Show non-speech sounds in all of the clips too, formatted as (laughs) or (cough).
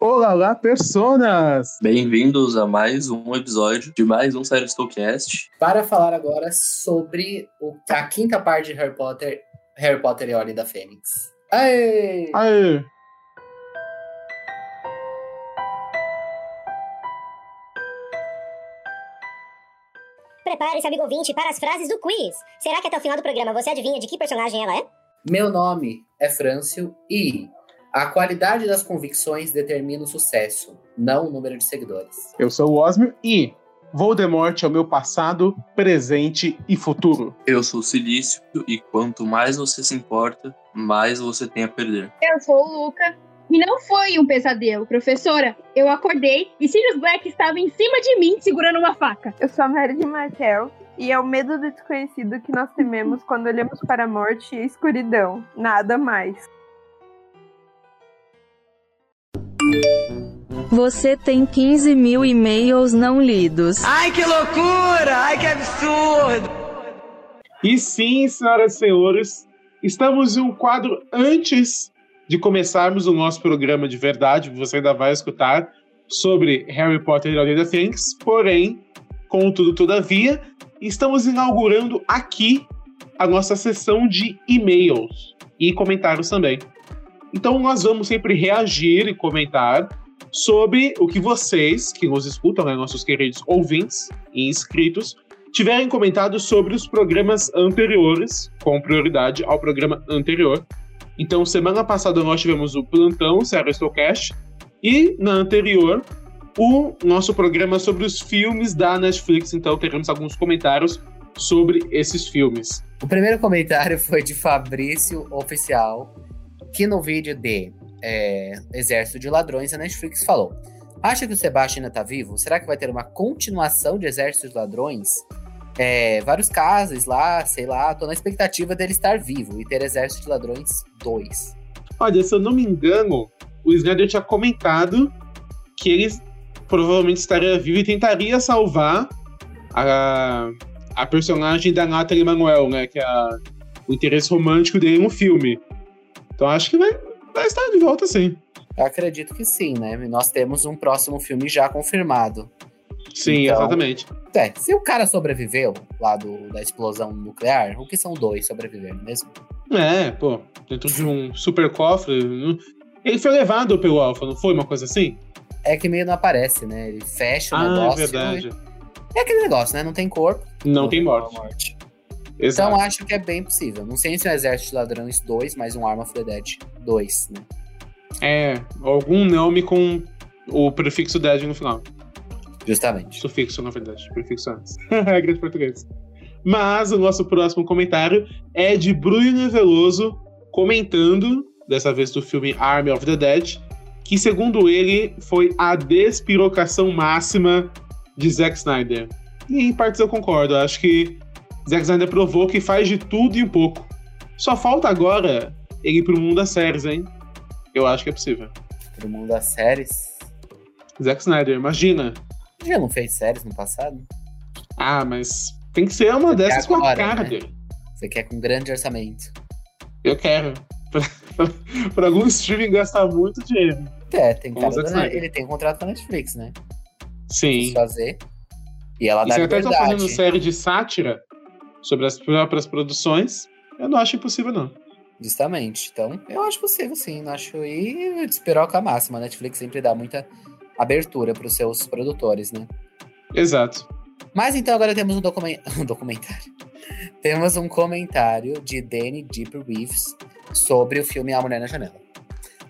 Olá lá, personas! Bem-vindos a mais um episódio de mais um Sério Stocast. Para falar agora sobre o- a quinta parte de Harry Potter, Harry Potter e a Ordem da Fênix. Aê! Aê! Prepare-se, amigo ouvinte, para as frases do quiz. Será que até o final do programa você adivinha de que personagem ela é? Meu nome é Frâncio e a qualidade das convicções determina o sucesso, não o número de seguidores. Eu sou o Osmio e Voldemort é o meu passado, presente e futuro. Eu sou o Silício e quanto mais você se importa, mais você tem a perder. Eu sou o Luca. E não foi um pesadelo, professora. Eu acordei e Sirius Black estava em cima de mim segurando uma faca. Eu sou a Mary de Martel e é o medo do desconhecido que nós tememos quando olhamos para a morte e a escuridão. Nada mais. Você tem 15 mil e-mails não lidos. Ai, que loucura! Ai, que absurdo! E sim, senhoras e senhores, estamos em um quadro antes de começarmos o nosso programa de verdade, que você ainda vai escutar, sobre Harry Potter e a Ordem da Fênix, porém, contudo, todavia, estamos inaugurando aqui a nossa sessão de e-mails e comentários também. Então, nós vamos sempre reagir e comentar sobre o que vocês, que nos escutam, né, nossos queridos ouvintes e inscritos, tiverem comentado sobre os programas anteriores, com prioridade ao programa anterior. Então, semana passada nós tivemos o plantão Serastocast e na anterior o nosso programa sobre os filmes da Netflix. Então, teremos alguns comentários sobre esses filmes. O primeiro comentário (laughs) foi de Fabrício Oficial, que no vídeo de é, Exército de Ladrões, a Netflix falou: Acha que o Sebastião ainda tá vivo? Será que vai ter uma continuação de Exército de Ladrões? É, vários casos lá, sei lá, tô na expectativa dele estar vivo e ter Exército de Ladrões 2. Olha, se eu não me engano, o Snyder tinha comentado que ele provavelmente estaria vivo e tentaria salvar a, a personagem da Natalie Manuel, né? Que é a- o interesse romântico dele no filme. Então acho que vai, vai estar de volta sim. Eu acredito que sim, né? Nós temos um próximo filme já confirmado. Sim, Então- exatamente. É, se o cara sobreviveu lá do, da explosão nuclear, o que são dois sobrevivendo mesmo? É, pô, dentro de um super cofre. né? Ele foi levado pelo Alpha, não foi uma coisa assim? É que meio não aparece, né? Ele fecha o ah, é negócio. verdade. É aquele negócio, né? Não tem corpo. Não tem morte. morte. Exato. Então acho que é bem possível. Não sei se é um Exército de Ladrões 2, mas um Arma of the Dead 2, né? É, algum nome com o prefixo dead no final. Justamente. Sufixo, na verdade. Prefixo (laughs) antes. Regras portuguesas. Mas o nosso próximo comentário é de Bruno Veloso comentando, dessa vez do filme Army of the Dead, que segundo ele foi a despirocação máxima de Zack Snyder. E em partes eu concordo, acho que Zack Snyder provou que faz de tudo e um pouco. Só falta agora ele ir pro mundo das séries, hein? Eu acho que é possível. Pro mundo das séries. Zack Snyder, imagina. Ele Já não fez séries no passado? Ah, mas tem que ser uma dessas com a agora, cara né? dele. Você quer com grande orçamento. Eu quero. (laughs) Pra- Pra algum streaming gastar muito dinheiro. É, tem Com cara Zack da- Snyder. Ele tem um contrato com a Netflix, né? Quis Sim. fazer. E ela E dá se até estão fazendo liberdade. série de sátira sobre as próprias produções, eu não acho impossível, não. Justamente. Então, eu acho possível, sim. Não acho. E despiroca a máxima. A Netflix sempre dá muita abertura pros seus produtores, né? Exato. Mas então agora temos um, documen- (laughs) um documentário. temos um comentário de Danny Deep Reeves sobre o filme A Mulher na Janela.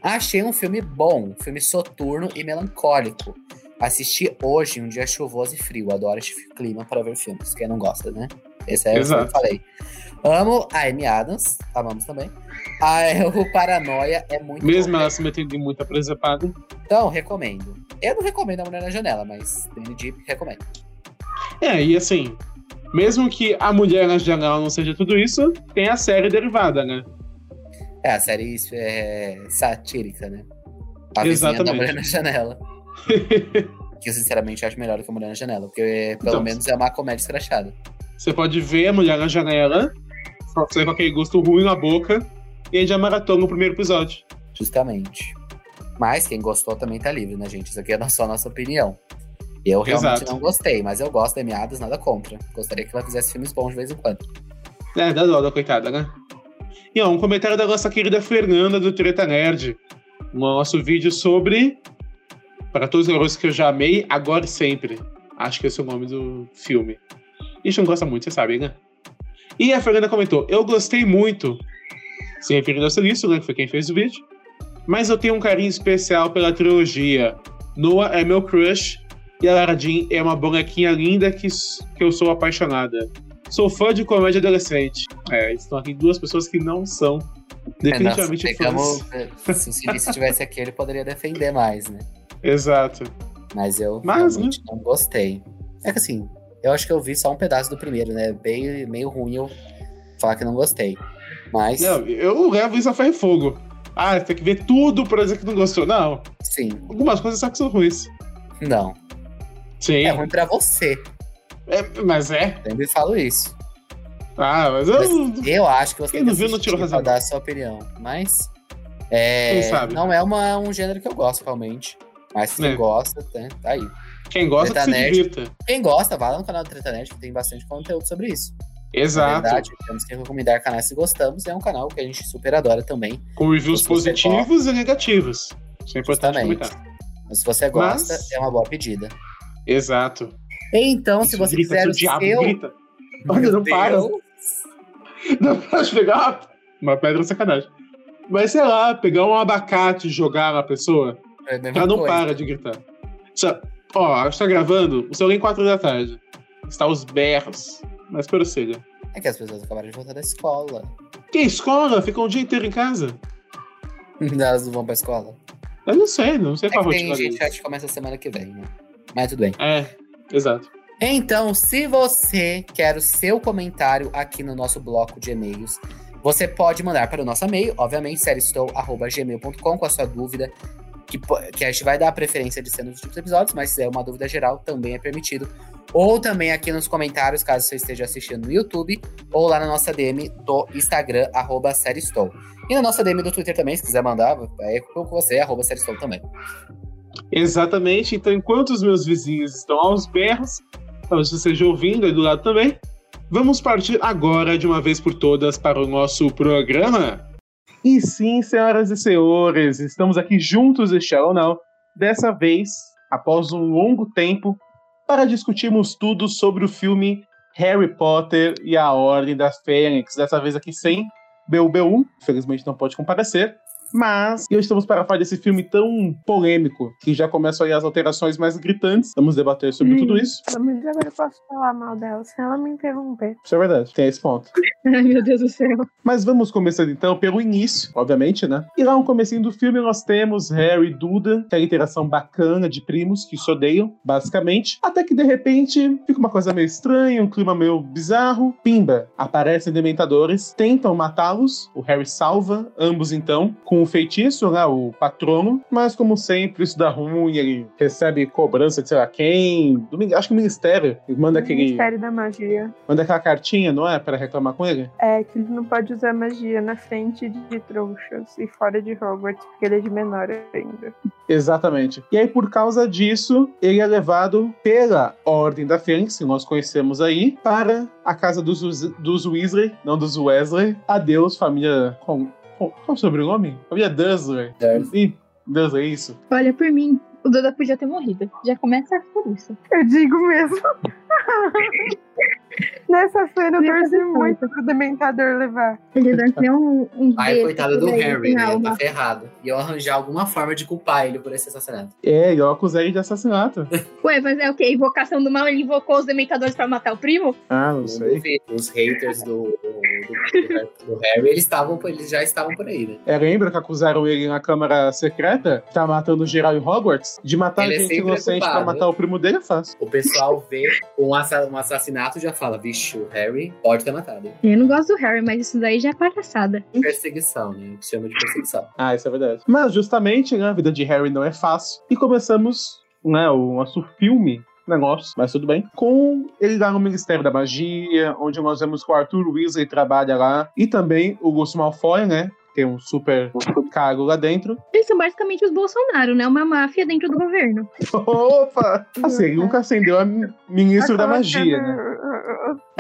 Achei um filme bom, um filme soturno e melancólico. Assisti hoje, um dia chuvoso e frio. Adoro esse clima para ver filmes. Quem não gosta, né? Esse é o Exato. que eu falei. Amo a Amy Adams, amamos também. A, (laughs) o Paranoia é muito Mesmo bom. ela se metendo em muita presepada. Então, recomendo. Eu não recomendo A Mulher na Janela, mas Danny Deep recomendo. É, e assim, mesmo que a mulher na janela não seja tudo isso, tem a série derivada, né? É, a série é, satírica, né? A vizinha da Exatamente. Mulher (laughs) na Janela. que eu sinceramente acho melhor do que a Mulher na Janela, porque é, pelo Então. menos é uma comédia escrachada. Você pode ver a mulher na janela, sair com aquele gosto ruim na boca, e aí já maratona o primeiro episódio. Justamente. Mas quem gostou também tá livre, né, gente? Isso aqui é só a nossa opinião. Eu realmente Exato. não gostei, mas eu gosto da Miadas, nada contra. Gostaria que ela fizesse filmes bons de vez em quando. É, dá dó da coitada, né? E ó, um comentário da nossa querida Fernanda do Treta Nerd. No nosso vídeo sobre. Para todos os garotos que eu já amei, agora e sempre. Acho que esse é o nome do filme. A gente não gosta muito, vocês sabem, né? E a Fernanda comentou: Eu gostei muito. Se referindo ao Silício, né? Que foi quem fez o vídeo. Mas eu tenho um carinho especial pela trilogia. Noah é meu crush. E a Lara Jean é uma bonequinha linda que, s- que eu sou apaixonada. Sou fã de comédia adolescente. É, estão aqui duas pessoas que não são definitivamente fãs. Nós pegamos- eh, Se o Silício tivesse aqui, ele poderia defender mais, né? Exato. Mas eu Mas, né? realmente não gostei. É que assim, eu acho que eu vi só um pedaço do primeiro, né? Bem, meio ruim eu falar que não gostei. Mas, Não, eu levo isso a ferro e fogo. Ah, tem que ver tudo pra dizer que não gostou. Não, sim, algumas coisas só que são ruins. não. Sim, É ruim pra você. é, mas é. Sempre falo isso. Ah, mas eu. Mas eu acho que você quem tem que não viu, não assistir tirou pra razão. dar a sua opinião. Mas é, Quem sabe? não é uma- um gênero que eu gosto, realmente. Mas se você É. gosta, né, tá aí. Quem gosta que se Treta Nerd. divirta. Quem gosta, vá lá no canal do Tretanet, que tem bastante conteúdo sobre isso. Na Exato. verdade, temos que recomendar canais se gostamos. É um canal que a gente super adora também. Com reviews Se você positivos e negativos. Isso é importante Justamente. comentar. Mas se você gosta, Mas- é uma boa pedida. Exato. Então, se Isso, você grita, quiser seu um o diabo, seu... grita. Olha, não para. Dá pra pegar uma pedra é sacanagem. Mas sei lá, pegar um abacate e jogar na pessoa, É a mesma ela não coisa. para de gritar. Só- Ó, a gente tá gravando, o celular em 4 da tarde. Está os berros. Mas prosseguir. É que as pessoas acabaram de voltar da escola. Que (laughs) escola? Fica um dia inteiro em casa? Elas não vão pra escola. Eu não sei, não sei É qual a que tem rotina gente deles. que acho que começa semana que vem, né? Mas tudo bem. É, exato. Então, se você quer o seu comentário aqui no nosso bloco de e-mails, você pode mandar para o nosso e-mail, obviamente, seriestow.gmail.com com a sua dúvida, que, po- que a gente vai dar a preferência de ser nos últimos episódios, mas se é uma dúvida geral, também é permitido. Ou também aqui nos comentários, caso você esteja assistindo no YouTube, ou lá na nossa DM do Instagram, arroba seriestow. E na nossa DM do Twitter também, se quiser mandar, é com você, arroba seriestow também. Exatamente. Então, enquanto os meus vizinhos estão aos berros, talvez você esteja ouvindo aí do lado também, vamos partir agora, de uma vez por todas, para o nosso programa. E sim, senhoras e senhores, estamos aqui juntos, este é ou não, dessa vez, após um longo tempo, para discutirmos tudo sobre o filme Harry Potter e a Ordem da Fênix. Dessa vez aqui sem BUBU, infelizmente um, não pode comparecer. Mas hoje estamos para falar desse filme tão polêmico que já começam aí as alterações mais gritantes. Vamos debater sobre Hum. tudo isso. Pelo menos agora eu posso falar mal dela sem ela me interromper. Isso é verdade, tem esse ponto. Ai, meu Deus do céu. Mas vamos começando então pelo início, obviamente, né? E lá no comecinho do filme nós temos Harry e Duda, que é a interação bacana de primos que se odeiam, basicamente. Até que de repente fica uma coisa meio estranha, um clima meio bizarro. Pimba! Aparecem dementadores, tentam matá-los, o Harry salva ambos então, com o feitiço, né? O patrono. Mas como sempre, isso dá ruim, ele recebe cobrança de sei lá quem. do min- acho que o ministério ele manda aquele. Ministério da Magia. Manda aquela cartinha, não é? Pra reclamar com ele. É que ele não pode usar magia na frente de trouxas e fora de Hogwarts, porque ele é de menor ainda. Exatamente. E aí, por causa disso, ele é levado pela Ordem da Fênix, que nós conhecemos aí, para a casa dos, Wes- dos Weasley, não dos Wesley. Adeus, família. Com, com- qual o sobrenome? Família Dursley. Ih, Dursley, isso. Olha, por mim, o Duda podia ter morrido. Já começa por isso. Eu digo mesmo. (laughs) Nessa cena eu Nessa torci cena. muito pro Dementador levar. Ele dá que nem um, um Ai, beijo coitado do por aí, Harry, na né? alma. Tá ferrado. E eu arranjar alguma forma de culpar ele por esse assassinato. É, ele acusa ele de assassinato. Ué, mas é o quê? Invocação do mal? Ele invocou os dementadores pra matar o primo? (laughs) Ah, não sei. duvido. Os haters do, do- do Harry, eles, estavam, eles já estavam por aí, né? É, lembra que acusaram ele na Câmara Secreta, que tá matando geral em Hogwarts? De matar Ele é gente sempre inocente pra culpado. matar o primo dele é fácil. O pessoal vê um, assa- um assassinato e já fala, vixe, o Harry pode ter matado. Eu não gosto do Harry, mas isso daí já é palhaçada. Perseguição, né? O que chama de perseguição. Ah, isso é verdade. Mas justamente, né, a vida de Harry não é fácil. E começamos, né, o nosso filme, negócio, mas tudo bem, com ele lá no Ministério da Magia, onde nós vemos que o Arthur Weasley trabalha lá, e também o Augusto Malfoy, né, tem um super cargo lá (laughs) dentro. Eles são basicamente os Bolsonaro, né? Uma máfia dentro do governo. Opa! Assim, ele nunca acendeu a mi- ministro da tá magia, né? né?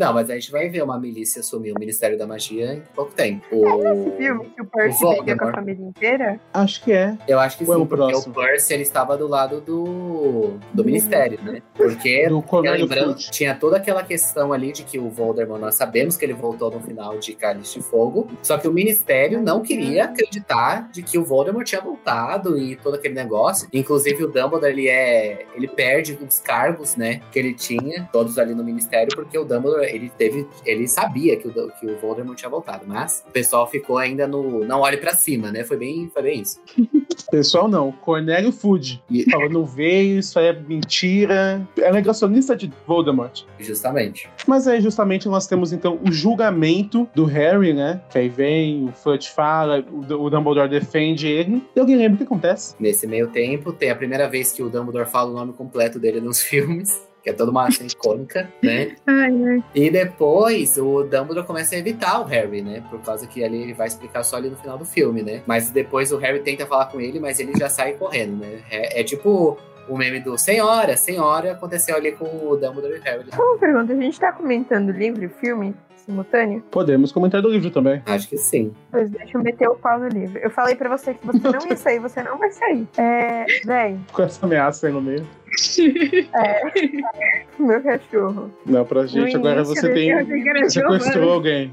Não, mas a gente vai ver uma milícia assumir o Ministério da Magia em pouco tempo. Esse É, filme que o Percy Volta, briga com a amor. família inteira? Acho que é. Eu acho que sim, Qual é o porque o próximo? Percy ele estava do lado do, do Ministério, né? Porque Do Porque Coronel lembrando, Fudge. tinha toda aquela questão ali de que o Voldemort, nós sabemos que ele voltou no final de Cálice de Fogo, só que o Ministério não queria acreditar de que o Voldemort tinha voltado e todo aquele negócio. Inclusive, o Dumbledore, ele é... ele perde os cargos, né, que ele tinha, todos ali no Ministério, porque o Dumbledore, ele teve... ele sabia que o, Dum- que o Voldemort tinha voltado, mas o pessoal ficou ainda no... não olhe pra cima, né, foi bem, foi bem isso. Pessoal, não. Cornélio Food. E- Falou, não veio, isso aí é mentira. É negacionista de Voldemort. Justamente. Mas aí, justamente, nós temos então o julgamento do Harry, né? Que aí vem, o Fudge fala, o D- o Dumbledore defende ele. E alguém lembra o que acontece? Nesse meio tempo, tem a primeira vez que o Dumbledore fala o nome completo dele nos (laughs) filmes, que é toda uma cena icônica, né? Ai, ai. E depois o Dumbledore começa a evitar o Harry, né? Por causa que ali ele vai explicar só ali no final do filme, né? Mas depois o Harry tenta falar com ele, mas ele já sai correndo, né? É, é tipo o meme do Senhora, Senhora, aconteceu ali com o Dumbledore e o Harry. Uma pergunta, a gente tá comentando livro e filme simultâneo? Podemos comentar do livro também. (laughs) Acho que sim. Pois deixa eu meter o pau no livro. Eu falei pra você que você não ia sair, você não vai sair. É, véi, Com essa ameaça aí no meio. é, (laughs) meu cachorro. Não, pra No gente. Agora início (laughs) você né? desse- tem. Sequestrou alguém.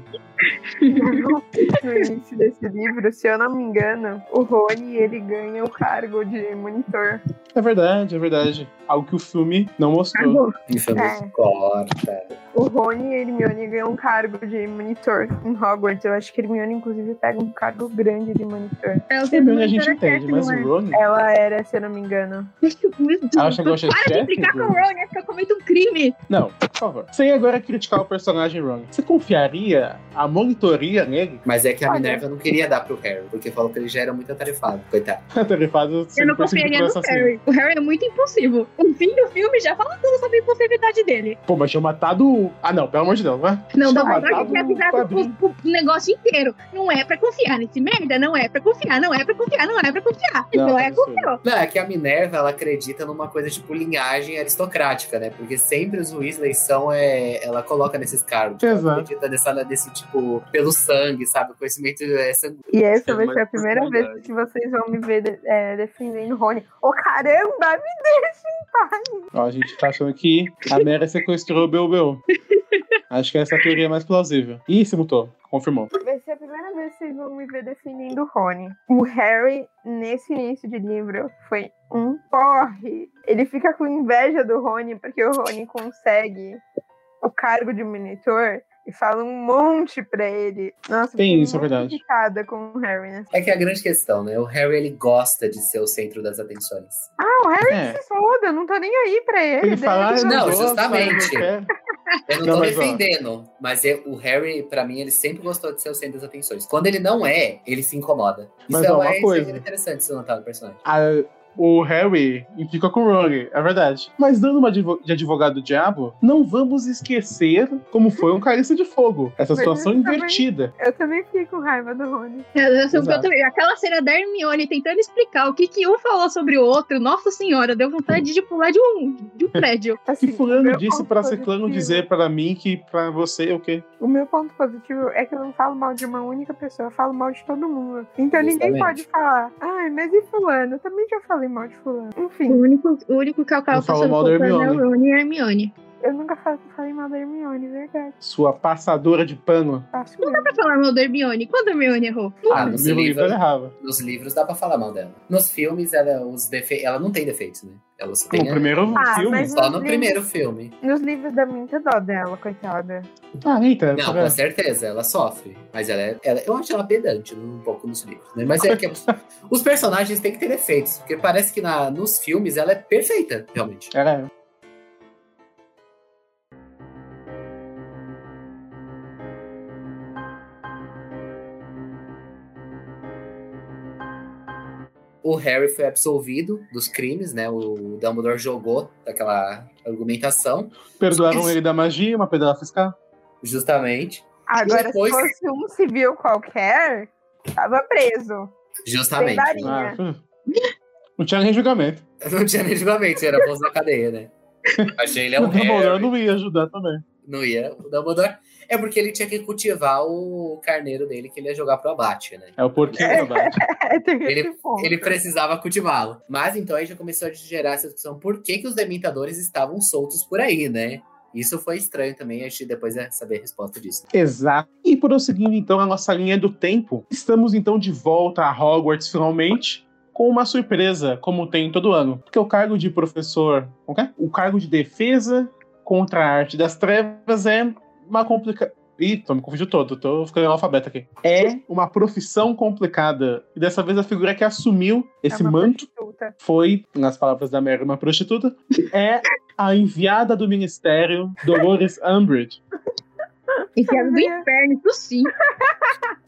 no início desse livro, se eu não me engano, o Rony ele ganha o cargo de monitor. É verdade, é verdade. Algo que o filme não mostrou. Infelizmente, corta. O Rony e a Hermione ganham um cargo de monitor em Hogwarts. Eu acho que a Hermione, inclusive, pega um cargo grande de monitor. Ela É teve bem uma a gente história entende, certa, mas não é? o Ron. Ela era, se eu não me engano. (laughs) Ela chegou a ser Para de chefe, implicar com o Bruno? Ron, né? Porque eu cometo um crime. Não, por favor. Sem agora criticar o personagem Ron. Você confiaria a monitoria nele? (laughs) Mas é que a Olha. Minerva não queria dar pro Harry, porque falou que ele já era muito atarefado, coitado. Tarefado Eu não confiaria no assim. Harry. O Harry é muito impulsivo. O fim do filme já fala tudo sobre a impulsividade dele. Pô, mas tinha matado. o- Ah, não, pelo amor de Deus, vai. Não, dá Tinha pra matado ter avisado o um quadrinho. o, o negócio inteiro. Não é pra confiar nesse merda. Não é pra confiar, não é pra confiar, não é pra confiar. Não, Não, é absurdo. confiou. Não, é que a Minerva, ela acredita numa coisa tipo linhagem aristocrática, né? Porque sempre os Weasley são, é, ela coloca nesses cargos. Ela Exato. Acredita nessa, desse tipo, pelo sangue, sabe? O conhecimento é sangue. E essa É vai uma ser a primeira vez oportunidade. que vocês vão me ver de- é, defendendo o Rony. Ô, caramba, me deixa! Ó, a gente tá achando que a Mera sequestrou o Belbeu. Acho que essa é a teoria mais plausível. Ih, se mutou. Confirmou. Vai ser a primeira vez que vocês vão me ver defendendo o Rony. O Harry, nesse início de livro, foi um porre. Ele fica com inveja do Rony, porque o Rony consegue o cargo de monitor e fala um monte pra ele. Nossa, eu Tem fiquei isso, é muito verdade. irritada com o Harry, né? É que é a grande questão, né? O Harry, ele gosta de ser o centro das atenções. Ah, o Harry É. se foda, eu não tô nem aí pra ele. Ele deixa fala, ah, eu eu Não, gosto, justamente. eu não quero. (laughs) Eu não Não, tô mas, ó. defendendo, mas eu- o Harry, pra mim, ele sempre gostou de ser o centro das atenções. Quando ele não é, ele se incomoda. Isso Mas, é ó, uma mais coisa. interessante isso notar do personagem. A- o Harry implica com o Ron, é verdade. Mas dando uma advo- de advogado do diabo, não vamos esquecer como foi um Carícia de Fogo. Essa Mas situação isso também- invertida. Eu também fiquei com raiva do Rony. É, Eu sou- Exato. eu também- Aquela cena da Hermione tentando explicar o que, que um falou sobre o outro. Nossa senhora, deu vontade de pular de um, (laughs) de um prédio. Que Assim, fulano meu disse ponto pra ciclano positivo- dizer pra mim que pra você é o quê? O meu ponto positivo é que eu não falo mal de uma única pessoa, eu falo mal de todo mundo. Então ninguém Justamente. pode falar, ai, mas e fulano? Eu também já falei mal de fulano. O Enfim, único, o único que acaba Não falou passando mal da culpa é o Hermione. Rony e a Hermione. eu nunca fa- falei mal da Hermione, verdade. Sua passadora de pano. Faço Dá mesmo. pra falar mal da Hermione? Quando a Hermione errou? Ah, Ah, no você livro livra. ela errava. Nos livros dá pra falar mal dela. Nos filmes, ela, é os defe... ela não tem defeitos, né? Ela só tem. No primeiro Ah, filme. mas- Só no Nos primeiro filme. Nos livros dá muita dó dela, coitada. Ah, eita. Não, tá vendo? com certeza, ela sofre. Mas ela é. ela- eu acho ela pedante um pouco nos livros, né? Mas é que (laughs) os, os personagens têm que ter defeitos. Porque parece que na, nos filmes ela é perfeita, realmente. Ela é. O Harry foi absolvido dos crimes, né? O Dumbledore jogou daquela argumentação, Perdoaram ele da magia, uma pedra fiscal. justamente. Agora, Depois- se fosse um civil qualquer, Tava preso. Sem Justamente. varinha. Ah, não tinha nem julgamento. (laughs) Não tinha nem julgamento, era bolso da (laughs) cadeia, né? Achei ele é um o Dumbledore (laughs) Harry. não ia ajudar também. Não ia. O Dumbledore. É porque ele tinha que cultivar o carneiro dele que ele ia jogar pro abate, né? É o porquinho da Bate. É, tem Ele- esse ponto. Ele precisava cultivá-lo. Mas então aí já começou a gerar essa discussão por que, que os dementadores estavam soltos por aí, né? Isso foi estranho também, a gente depois vai saber a resposta disso. Exato. E prosseguindo então a nossa linha do tempo, estamos então de volta a Hogwarts finalmente com uma surpresa, como tem todo ano, porque o cargo de professor, como que é? o cargo de defesa contra a arte das trevas é uma complica Ih, tô me confundindo todo, tô ficando analfabeto aqui. É uma profissão complicada. E dessa vez a figura que assumiu É esse uma manto prostituta. foi, nas palavras da Mary, uma prostituta, (laughs) é a enviada do ministério, Dolores (laughs) Umbridge. Enfiado é do Sabia. inferno, isso sim.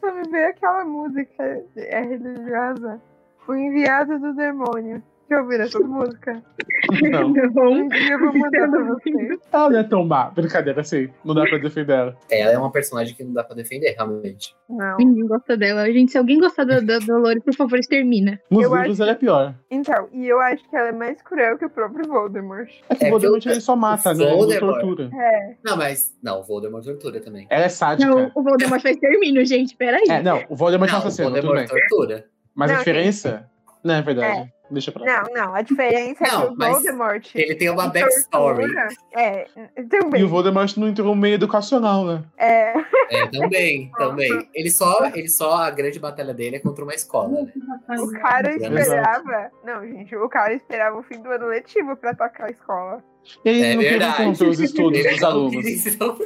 Só me veio aquela música é religiosa. O enviado do demônio. Deixa eu ouvir essa música. (laughs) Não. (laughs) Um dia eu vou mandar pra vocês. Ela não é tão má. Brincadeira, assim. Não dá pra defender ela. Ela é uma personagem que não dá pra defender, realmente. Não. Ninguém gosta dela. Gente, se alguém gostar da, da Dolores, por favor, extermina. Nos Eu livros acho ela é pior. Então, e eu acho que ela é mais cruel que o próprio Voldemort. É que É, o Voldemort eu- ele só mata, o né? Ele não Voldemort. tortura. É, Não, mas. Não, o Voldemort tortura também. Ela é sádica. Não, o Voldemort faz termino, gente. Peraí. É, não, o Voldemort é um Não, o assassino, tudo bem. Voldemort tortura. Mas a Não, diferença. Não, é verdade. Deixa pra lá. não, não. A diferença é Não, que o mas Voldemort. Ele tem uma que backstory. tortura- É, E também. o Voldemort não entrou no meio educacional, né? É, É, também, também. Ele só, ele só, a grande batalha dele é contra uma escola, né? É. o cara Exato. esperava. Não, gente, o cara esperava o fim do ano letivo pra atacar a escola. E ele É não queria verdade. interromper os estudos Ele dos (laughs) não alunos. quis, então,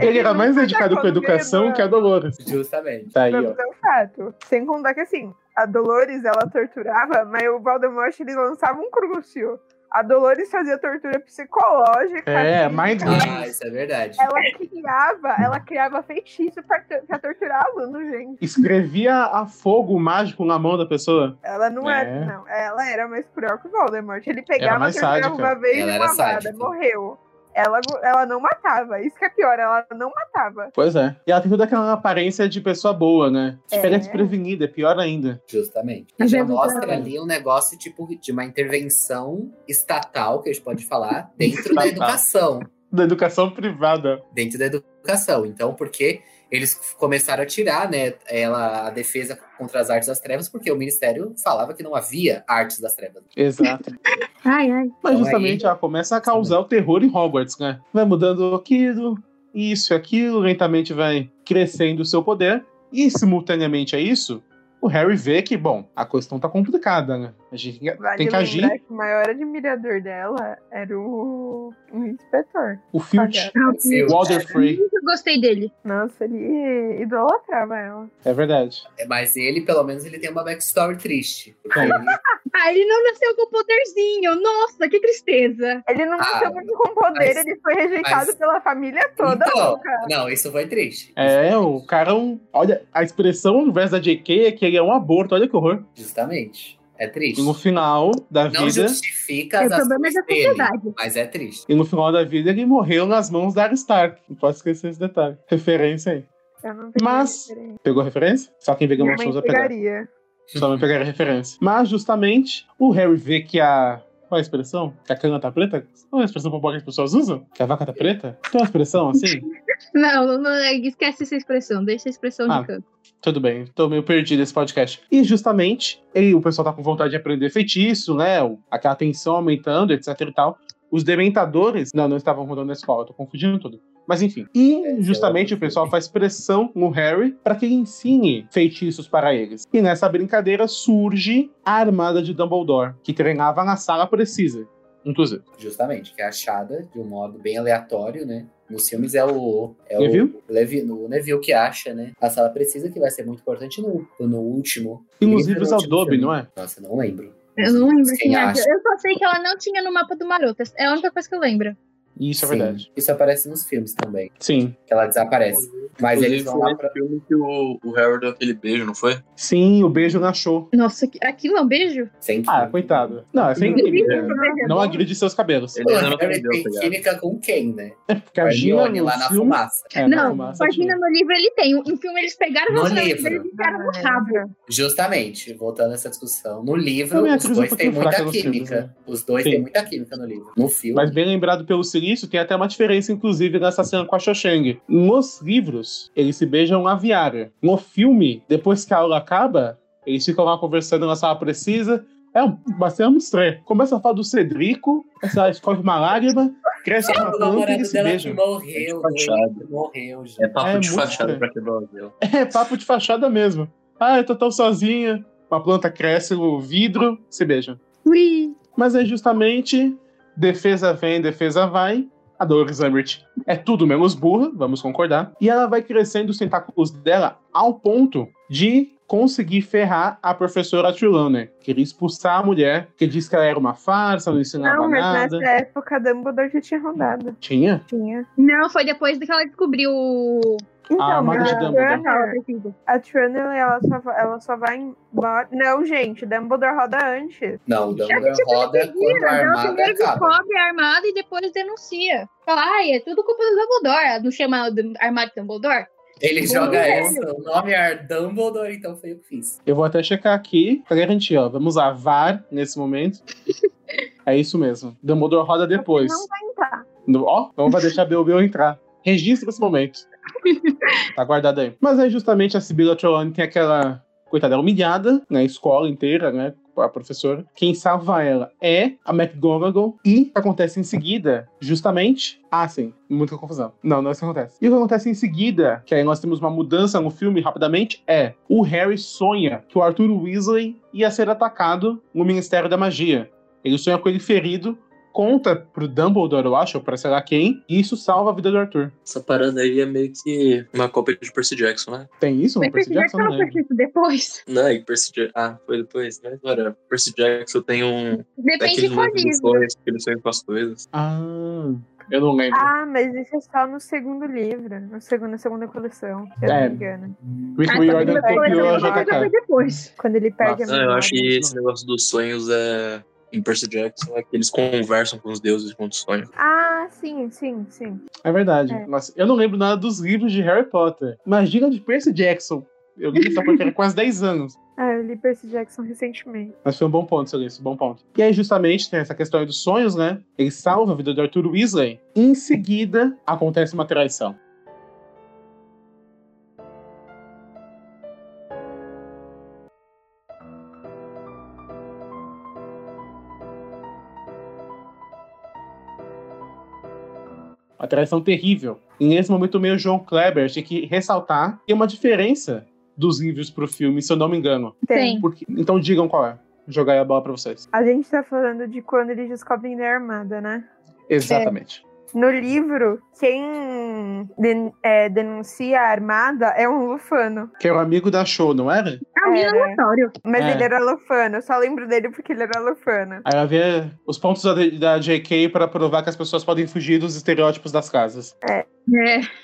Ele era não mais quis dedicado com a acolher, educação mano. que a Dolores. Justamente. Tá aí, ó. Vamos ao fato. Sem contar que assim, a Dolores ela torturava, mas o Voldemort ele lançava um crucio. A Dolores fazia tortura psicológica. É, física. mind Ah, isso é verdade. Ela criava, ela criava feitiço pra, t- pra torturar aluno, gente. Escrevia a fogo mágico na mão da pessoa. Ela não É. era, não. Ela era mais cruel que o Voldemort. Ele Era pegava, mais torturava sádica. uma vez Ela e era uma vada, sádica. morreu. Ela, ela não matava. Isso que é pior, ela não matava. Pois é. E ela tem toda aquela aparência de pessoa boa, né? É. Pega desprevenida, é pior ainda. Justamente. Mas Já é mostra verdade. ali um negócio tipo de uma intervenção estatal, que a gente pode falar, dentro Estatal. da educação. da educação privada. Dentro da educação. Então, porque eles começaram a tirar, né, ela, a defesa contra as artes das trevas, porque o Ministério falava que não havia artes das trevas. (laughs) Exato. Ai, ai. Mas Então justamente ela começa a causar o terror em Hogwarts, né? Vai mudando aquilo, isso e aquilo, lentamente vai crescendo o seu poder. E simultaneamente a isso, o Harry vê que, bom, a questão tá complicada, né? A gente Vale tem que lembrar agir. que o maior admirador dela era o, o inspetor. O Filch, Eu- o Walder Frey. Nunca gostei dele. Nossa, ele idolatrava ela. É verdade. Mas ele, pelo menos, ele tem uma backstory triste. Porque ele Ah, ele não nasceu com poderzinho. Nossa, que tristeza. Ele não nasceu Ah, muito com poder, mas- ele foi rejeitado mas- pela família toda. Então, Luca. não, isso foi triste. É, o cara é um. Olha, a expressão ao invés da JK é que ele é um aborto, olha que horror. Justamente. É triste. E no final da Não vida. justifica É o as problema ações da dele, sociedade. mas é triste. E no final da vida ele morreu nas mãos da Arya Stark. Não posso esquecer esse detalhe. Referência aí. Eu não peguei Mas- referência. Pegou a referência? Só quem pegou Minha uma mãe Souza pegar. pegaria. Só vai pegar a referência. Mas justamente o Harry vê que a. Qual é a expressão? Que a cana tá preta? Qual é a expressão popular que as pessoas usam? Que a vaca tá preta? Tem uma expressão assim? Não, não, esquece essa expressão. Deixa a expressão Ah. de canto. Tudo bem, tô meio perdido esse podcast. E justamente, ele, o pessoal tá com vontade de aprender feitiço, né? o- Aquela tensão aumentando, etc e tal. Os dementadores. Não, não estavam rodando na escola, tô confundindo tudo. Mas enfim. É, E justamente sei lá, o pessoal faz pressão no Harry para que ele ensine feitiços para eles. E nessa brincadeira surge a armada de Dumbledore, que treinava na sala precisa. Inclusive. Justamente, que é achada de um modo bem aleatório, né? Nos filmes é o. É Neville? O Levi, o Neville que acha, né? A sala precisa, que vai ser muito importante no, no último. E nos livro, livros no é o último Dobby, filme. não é? Nossa, não lembro. Eu não lembro Quem quem era. acha? Eu só sei que ela não tinha no mapa do Marotas. É a única coisa que eu lembro. Isso é Sim, verdade. Isso aparece nos filmes também, Sim. que ela desaparece. Mas eles Inclusive, vão foi lá esse pra... filme que o, o Harold deu aquele beijo, não foi? Sim, o beijo na show. Nossa, que- aquilo é um beijo? Sem Ah, química. coitado. Não, é sem química. Não agride seus cabelos. Ele Pô, ainda não Harry aprendeu, tem tá ligado? química com quem, né? Porque a Gina Hermione no lá na filme- fumaça. É, na não, fumaça, imagina Gina. no livro ele tem. No filme eles pegaram o No relacionamento livro. deles e ficaram no rabo. Justamente, voltando a essa discussão, no livro Também a os atriz é um dois pouquinho têm muita fraca nos química. filmes, né? Os dois Sim. têm muita química no livro. No filme, Mas bem lembrado pelo Silício, tem até uma diferença, inclusive, nessa cena com a Xoxeng. Nos livros, eles se beijam na viária. No filme, depois que a aula acaba, eles ficam lá conversando na sala precisa. É um- uma cena muito estranha. Começa a falar do Cedrico, essa escorre uma lágrima, cresce uma É, o um planta e namorado eles se dela beijam. morreu, É de fachada. doente, morreu, gente. É papo É de muito fachada estranho. pra quebrar o gelo. É papo de fachada mesmo. Ah, eu tô tão sozinha. Uma planta cresce, o vidro se beija. Ui. Mas é justamente defesa vem, defesa vai. A Dolores Umbridge é tudo menos burra, vamos concordar. E ela vai crescendo os tentáculos dela ao ponto de conseguir ferrar a professora Trelawney. Queria expulsar a mulher, que diz que ela era uma farsa, não ensinava Não, mas nada. nessa época Dumbledore já tinha rodado. Tinha? Tinha. Não, foi depois que ela descobriu o. Então, Ah, Maga de mas a Dumbledore. é. Turner- A Trunner, ela só, va- ela só vai embora. Não, gente, Dumbledore roda antes. Não, o Dumbledore tipo de roda quando a Ela armada é primeiro acaba. descobre a armada e depois denuncia. Fala, ai, é tudo culpa do Dumbledore. Ela Não chama a dum- armada de Dumbledore? Ele Muito joga velho. essa, o nome é Dumbledore, então foi o que fiz. Eu vou até checar aqui pra garantir, ó. Vamos usar VAR nesse (laughs) momento. é isso mesmo. Dumbledore roda depois. Não vai entrar. No- Ó, então vai deixar Belbeu entrar. Registra esse momento. tá guardado aí. Mas aí, justamente, a Sibila Trelawney tem aquela. Coitada, é humilhada na escola inteira, né? A professora. Quem salva ela é a McGonagall. E o que acontece em seguida, justamente. Ah, sim. Muita confusão. Não, não é isso que acontece. E o que acontece em seguida, que aí nós temos uma mudança no filme rapidamente, é o Harry sonha que o Arthur Weasley ia ser atacado no Ministério da Magia. Ele sonha com ele ferido conta pro Dumbledore, eu acho, ou pra sei lá quem, e isso salva a vida do Arthur. Essa parada aí é meio que uma cópia de Percy Jackson, né? Tem isso no Mas Percy percebi que Jackson? ela Não foi lembro. escrito depois. Não, e Percy Jackson. Ah, foi depois, né? Agora, Percy Jackson tem um. É Depende de Daqueles qual momentos de livro. sonhos que ele sonha com as coisas. Ah, eu não lembro. Ah, mas isso é só no segundo livro. No segundo, na segunda coleção, se eu não É. me engano. Rick Ah, Riordan tá, depois, copiou a depois, depois, JK. depois. Quando ele perde Nossa, Não, a Ah, eu memória. acho que esse negócio dos sonhos é. Em Percy Jackson é que eles conversam com os deuses enquanto sonham. Ah, sim, sim, sim. É verdade. É. Nossa, eu não lembro nada dos livros de Harry Potter. Imagina de Percy Jackson. Eu li essa porcaria há quase 10 anos. Ah, eu li Percy Jackson recentemente. Mas foi um bom ponto, Silício, bom ponto. E aí, justamente, tem essa questão aí dos sonhos, né? Ele salva a vida do Arthur Weasley. Em seguida, acontece uma traição. Uma traição terrível. E nesse momento, meio João Kleber tinha que ressaltar que tem uma diferença dos livros pro filme, se eu não me engano. Tem. Porque- Então digam qual é. Vou Jogar aí a bola pra vocês. A gente tá falando de quando eles descobrem da armada, né? Exatamente. No livro, quem den- é, denuncia a armada é um lufano. Que era o amigo da show, não era? É um Era. minatório. Mas É. ele era lufano. Eu só lembro dele porque ele era lufano. Aí havia os pontos da, da JK pra provar que as pessoas podem fugir dos estereótipos das casas. É.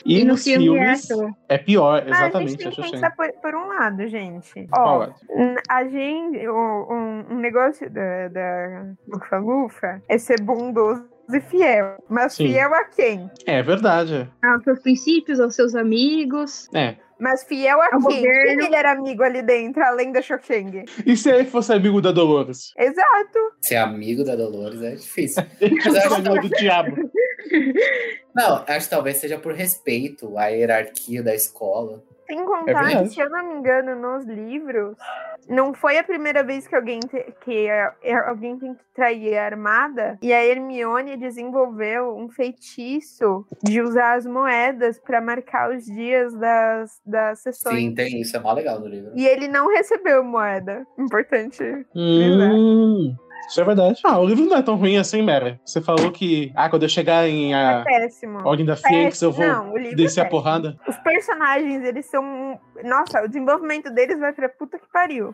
E, E no nos filme é filmes aquilo. é pior, Ah, a gente exatamente. tem acho assim. que que pensar por, por um lado, gente. Qual Ó, é? n- a gente. o- Um, um negócio da, da Lufa Lufa é ser bondoso e fiel. Mas Sim. fiel a quem? É verdade. Aos ah, seus princípios, aos seus amigos. É. Mas fiel a Ao quem? governo. Quem ele era amigo ali dentro, além da Shokeng? E se ele fosse amigo da (laughs) Dolores? Exato. Ser amigo da Dolores é difícil. Ele Mas fosse acho- amigo do diabo. Não, acho que talvez seja por respeito à hierarquia da escola. Sem É contar, verdade. que, se eu não me engano, nos livros, não foi a primeira vez que alguém, te- que é, é, alguém tem que trair a armada. E a Hermione desenvolveu um feitiço de usar as moedas para marcar os dias das, das sessões. Sim, tem isso, é mó legal no livro. E ele não recebeu moeda. Importante. Hum, isso é verdade. Ah, o livro não é tão ruim assim, Mera. Você falou que, ah, quando eu chegar em É a péssimo. Ordem da Fênix, eu vou Não, o livro é descer a péssimo. porrada. Os personagens, eles são um, Nossa, o desenvolvimento deles vai pra puta que pariu.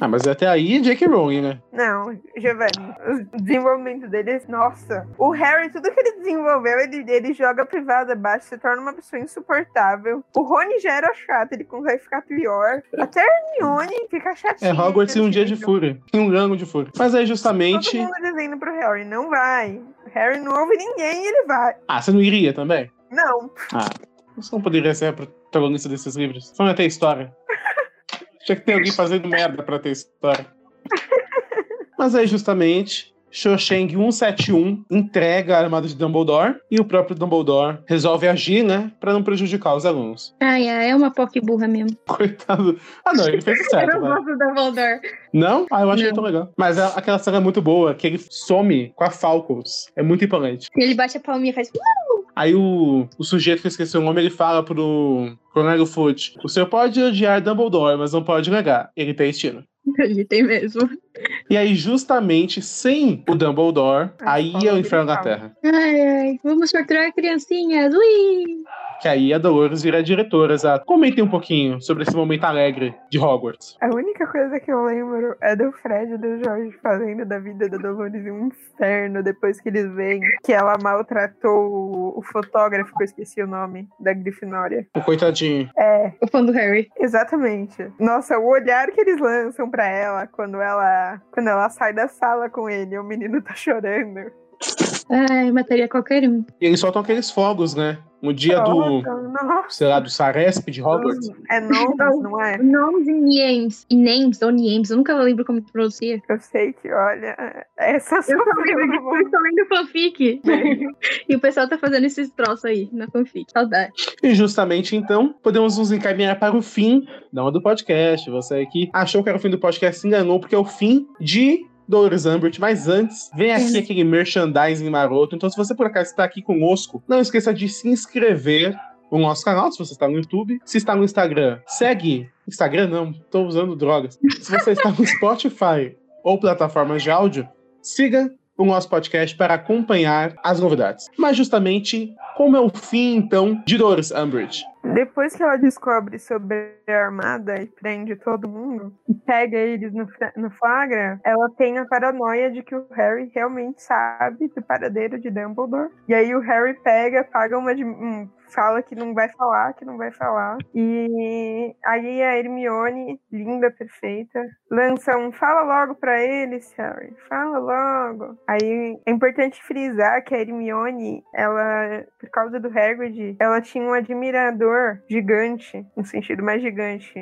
Ah, mas até aí é Jake Rowling, né? Não, Giovanni, o desenvolvimento deles, nossa. O Harry, tudo que ele desenvolveu, ele, ele joga privado abaixo, se torna uma pessoa insuportável. O Rony já era chato, ele vai ficar pior. Até a Hermione fica chatinha. É Hogwarts e um dia de furo. fúria. E um rango de fúria. Mas aí, justamente. Todo mundo dizendo pro Harry, não vai. O Harry não ouve ninguém e ele vai. Ah, você não iria também? Não, Você não poderia ser a protagonista desses livros. Só não ia ter história. Tinha que ter alguém fazendo merda pra ter história. Mas aí, justamente, Shawshank 171 entrega a armada de Dumbledore e o próprio Dumbledore resolve agir, né? Pra não prejudicar os alunos. (laughs) Ai, ai, é uma POC burra mesmo. Coitado. Ah, não, ele fez o Eu certo, não né? gosto da Voldor. Não? Ah, eu achei Não. tão legal. Mas a- aquela cena é muito boa, que ele some com a Falcons. É muito imponente. Ele bate a palminha e faz. Aí o, o sujeito que eu esqueci o nome, ele fala pro Coronel Foote: O senhor pode odiar Dumbledore, mas não pode negar. Ele tem estilo. "Hum, Ele tem mesmo. E aí, justamente, sem o Dumbledore, Ah, aí é fala o Inferno na que ele Terra. Ai, ai. Vamos torturar criancinhas. Ui! Que aí a Dolores vira diretora, exato. Comentem um pouquinho sobre esse momento alegre de Hogwarts. A única coisa que eu lembro é do Fred e do Jorge fazendo da vida da Dolores um inferno depois que eles veem que ela maltratou o, o fotógrafo, que eu esqueci o nome, da Grifinória. O coitadinho. É, O fã do Harry. exatamente. Nossa, o olhar que eles lançam pra ela quando ela quando ela sai da sala com ele, o menino tá chorando. Ai, mataria qualquer um. E eles soltam aqueles fogos, né? No dia do, Nossa, nossa. sei lá, do Saresp de Hogwarts. É nomes, não é? Nomes e names. E names ou names. Eu nunca lembro como pronuncia. Eu sei que, olha, essa Eu tô sofreu Né? no (laughs) mundo. lendo fanfic. e o pessoal tá fazendo esses troços aí na fanfic. Saudade. E justamente então, podemos nos encaminhar para o fim, não é do podcast. Você que achou que era o fim do podcast se enganou, porque é o fim de Dolores Umbridge. Mas antes, vem aqui aquele merchandising maroto. Então, se você por acaso está aqui conosco, não esqueça de se inscrever no nosso canal, se você está no YouTube. Se está no Instagram, segue. Instagram não, estou usando drogas. Se você está no Spotify ou plataformas de áudio, siga o nosso podcast para acompanhar as novidades. Mas justamente, como é o fim, então, de Dolores Umbridge? Depois que ela descobre sobre a armada e prende todo mundo, e pega eles no, fra- no flagra, ela tem a paranoia de que o Harry realmente sabe do paradeiro de Dumbledore. E aí o Harry pega, paga uma de. hum, fala que não vai falar, que não vai falar. E aí a Hermione, linda, perfeita, lança um fala logo pra eles, Harry, fala logo. Aí é importante frisar que a Hermione, ela, por causa do Hagrid, ela tinha um admirador gigante, no sentido mais gigante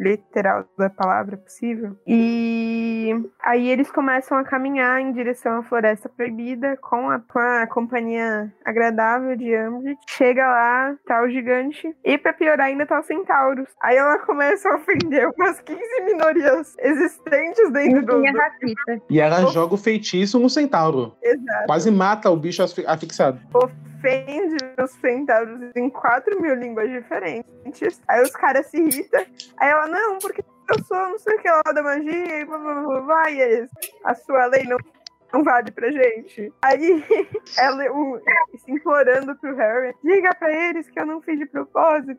literal da palavra possível. E aí eles começam a caminhar em direção à Floresta Proibida com a, com a companhia agradável de Umbridge. Chega lá, tá o gigante. E pra piorar ainda tá os centauros. Aí ela começa a ofender umas 15 minorias existentes dentro do... Minha é racista. E ela Oh. joga o feitiço no centauro. Exato. Quase mata o bicho asfi- asfixiado. Ofende os centauros em 4 mil línguas diferentes. Aí os caras se irritam. Aí ela, não, porque eu sou não sei o que lá da magia e blá blá blá blá. E eles, a sua lei não, não vale pra gente. Aí (laughs) ela o- se implorando pro Harry, diga pra eles que eu não fiz de propósito.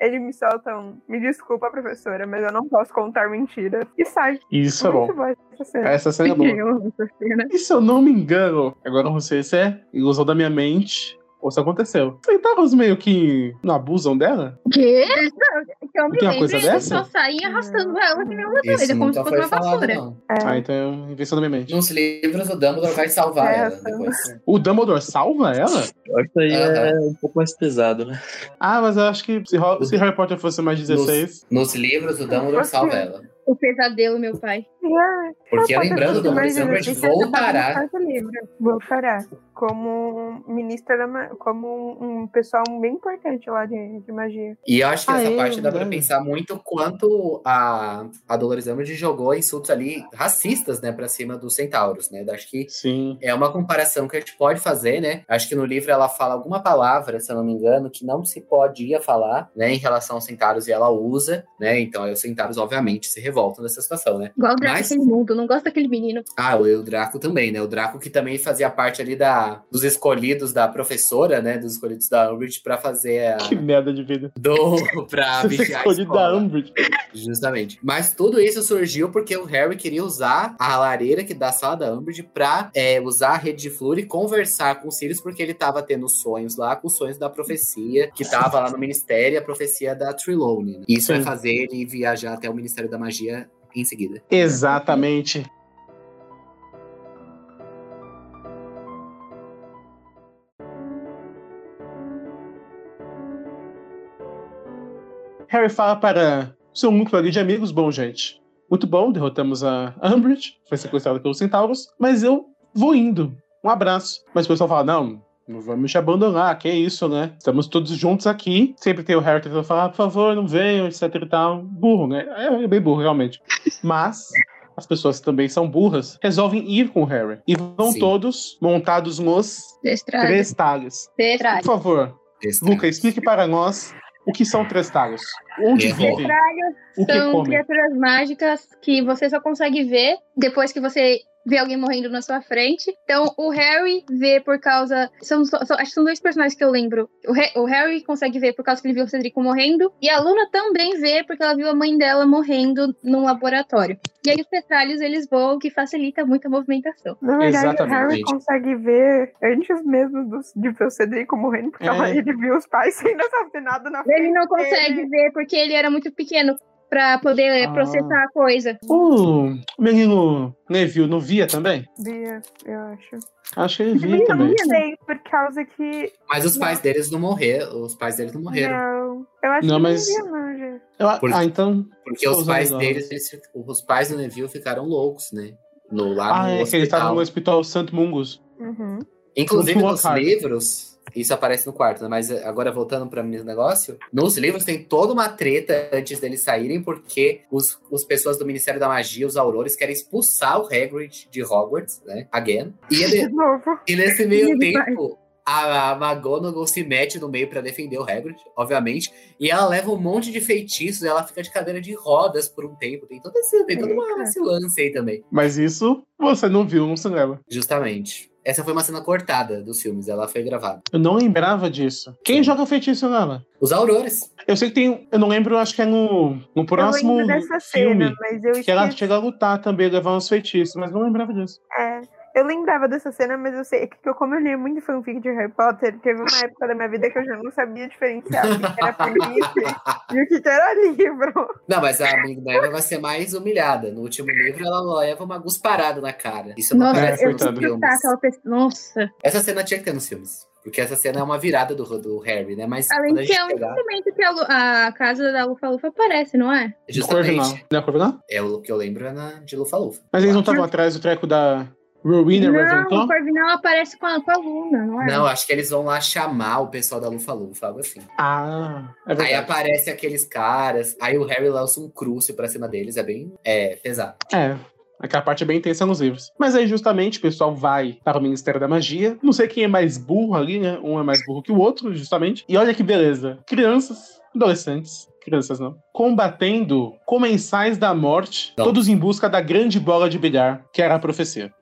Ele me solta um, me desculpa, professora, mas eu não posso contar mentiras. E sai. Isso é bom. Muito boa essa cena. Essa cena é boa. Eu amo essa cena. E se eu não me engano, agora eu não sei se é ilusão da minha mente ou se aconteceu. Os Centauros meio que não abusam dela? Quê? Não, que eu me Tem uma lembro, coisa eles dessa? só saem arrastando ela que nem uma Isso doida, é como se nunca fosse foi uma falado, vassoura. não. Ah, então é uma invenção da minha mente. Nos livros, o Dumbledore vai salvar É, ela essa- depois. O Dumbledore salva ela? Eu acho que aí é Aham. um pouco mais pesado, né? Ah, mas eu acho que se, Ro- se Harry Potter fosse mais 16. Nos livros, o Dumbledore salva ela. O pesadelo, meu pai. Harry, Porque Ah, Ela pode lembrando, ter sido Dolores mais Umbridge é inocente, ela tá voltará. no Estado Livre. Voltará. Como ministra da ma- como um pessoal bem importante lá de, de magia. E eu acho que Ah, essa é, parte dá pra verdade. pensar muito quanto a, a Dolores Umbridge jogou insultos ali racistas, né, pra cima dos centauros, né? Acho que Sim. é uma comparação que a gente pode fazer, né? Acho que no livro ela fala alguma palavra, se eu não me engano, que não se podia falar, né, em relação aos centauros e ela usa, né? Então aí os centauros obviamente se revoltam nessa situação, né? Igual o Draco Mas- Draco é imundo, não gosto daquele menino. Ah, o, o Draco também, né? O Draco que também fazia parte ali da, dos escolhidos da professora, né? Dos escolhidos da Umbridge pra fazer a. Que merda de vida. Do, (laughs) Ah, pra vigiar a Escolhido da escola. Umbridge. Justamente. Mas tudo isso surgiu porque o Harry queria usar a lareira que dá a sala da Umbridge pra é, usar a rede de flor e conversar com o Sirius, porque ele tava tendo sonhos lá, com os sonhos da profecia, que tava lá no ministério, a profecia da Trelawney. Né? Isso vai Sim. fazer ele viajar até o Ministério da Magia em seguida. Exatamente. Harry fala para seu núcleo ali de amigos, bom, gente, muito bom, derrotamos a Umbridge, foi sequestrada pelos centauros, mas eu vou indo. Um abraço. Mas o pessoal fala, não, não vamos te abandonar, que isso, né? Estamos todos juntos aqui. Sempre tem o Harry tentando falar, por favor, não venham, etc e tal. Burro, né? É, é bem burro, realmente. Mas... As pessoas que também são burras, resolvem ir com o Harry. E vão Sim. todos montados nos Destralha. três talhas. Por Destralha. favor, Luca, explique para nós o que são três talhos. Onde Errou. vivem? Destralhos O que são comem? criaturas mágicas que você só consegue ver depois que você vê alguém morrendo na sua frente. Então, o Harry vê por causa... São, só- só- acho que são dois personagens que eu lembro. O, Re- o Harry consegue ver por causa que ele viu o Cedrico morrendo. E a Luna também vê porque ela viu a mãe dela morrendo num laboratório. E aí os petralhos, eles voam, o que facilita muito a movimentação. Na verdade, o Exatamente, Harry gente. consegue ver antes mesmo dos- de ver o Cedrico morrendo, porque É. ela- ele viu os pais sendo assassinados na frente. Ele não consegue ver porque ele era muito pequeno pra poder Ah. processar a coisa. O menino Neville não via também? Via, eu acho. Acho que ele via Eu não também. sei, por causa que. Mas os pais deles não morreram. Os pais deles não morreram. Não. Eu acho Não, que mas- não via, não, gente. Eu- ah, Por- então. Porque os Os pais olhos deles, eles- os pais do Neville ficaram loucos, né? No, lá Ah, no é que ele estava hospital. no hospital Santo Mungus. Uhum. Inclusive Último nos Lockhart. livros, isso aparece no quarto, né? mas agora voltando para o negócio, nos livros tem toda uma treta antes deles saírem, porque os, os pessoas do Ministério da Magia, os aurores, querem expulsar o Hagrid de Hogwarts, né? Again. E, De é, ele- novo. e (laughs) nesse meio Ele vai. tempo, a, a McGonagall se mete no meio para defender o Hagrid, obviamente, e ela leva um monte de feitiços, ela fica de cadeira de rodas por um tempo, tem todo esse, tem todo uma- Eita. esse lance aí também. Mas isso você não viu no cinema. Justamente. Essa foi uma cena cortada dos filmes, ela foi gravada. Eu não lembrava disso. Quem joga feitiço nela? Os aurores. Eu sei que tem. Eu não lembro, acho que é no, no eu próximo lembro dessa filme. cena, mas eu que ela esqueci. chega a lutar também, levar uns feitiços, mas não lembrava disso. É, eu lembrava dessa cena, mas eu sei é que eu- como eu li muito fanfic de Harry Potter, teve uma época da minha vida que eu já não sabia diferenciar o que que era fanfic e o que que era livro. Não, mas a Minerva vai ser mais humilhada. No último livro, ela leva uma gusparada na cara. Isso não Nossa, aparece é, eu nos vou coitado. filmes. chutar aquela pessoa. Nossa. Essa cena tinha que ter nos filmes. Porque essa cena é uma virada do, do Harry, né? Mas Além quando a que gente é o único pegar, momento que a, Lu- a casa da Lufa Lufa aparece, não é? Corvinal. justamente, Não é Corvinal? é o que eu lembro é na, de Lufa-Lufa. Mas eles não estavam atrás do treco da Rowena não, Ravenclaw? o Corvinal aparece com a, com a Luna, não é? Não, acho que eles vão lá chamar o pessoal da Lufa-Lufa, algo assim. Ah, é Aí verdade. aparece aqueles caras, aí o Harry lança um crucio pra cima deles, é bem é, pesado. É. Aquela parte é bem intensa nos livros. Mas aí, justamente, o pessoal vai para o Ministério da Magia. Não sei quem é mais burro ali, né? Um é mais burro que o outro, justamente. E olha que beleza. Crianças, adolescentes, crianças não, combatendo comensais da morte, Não. todos em busca da grande bola de bilhar, que era a profecia.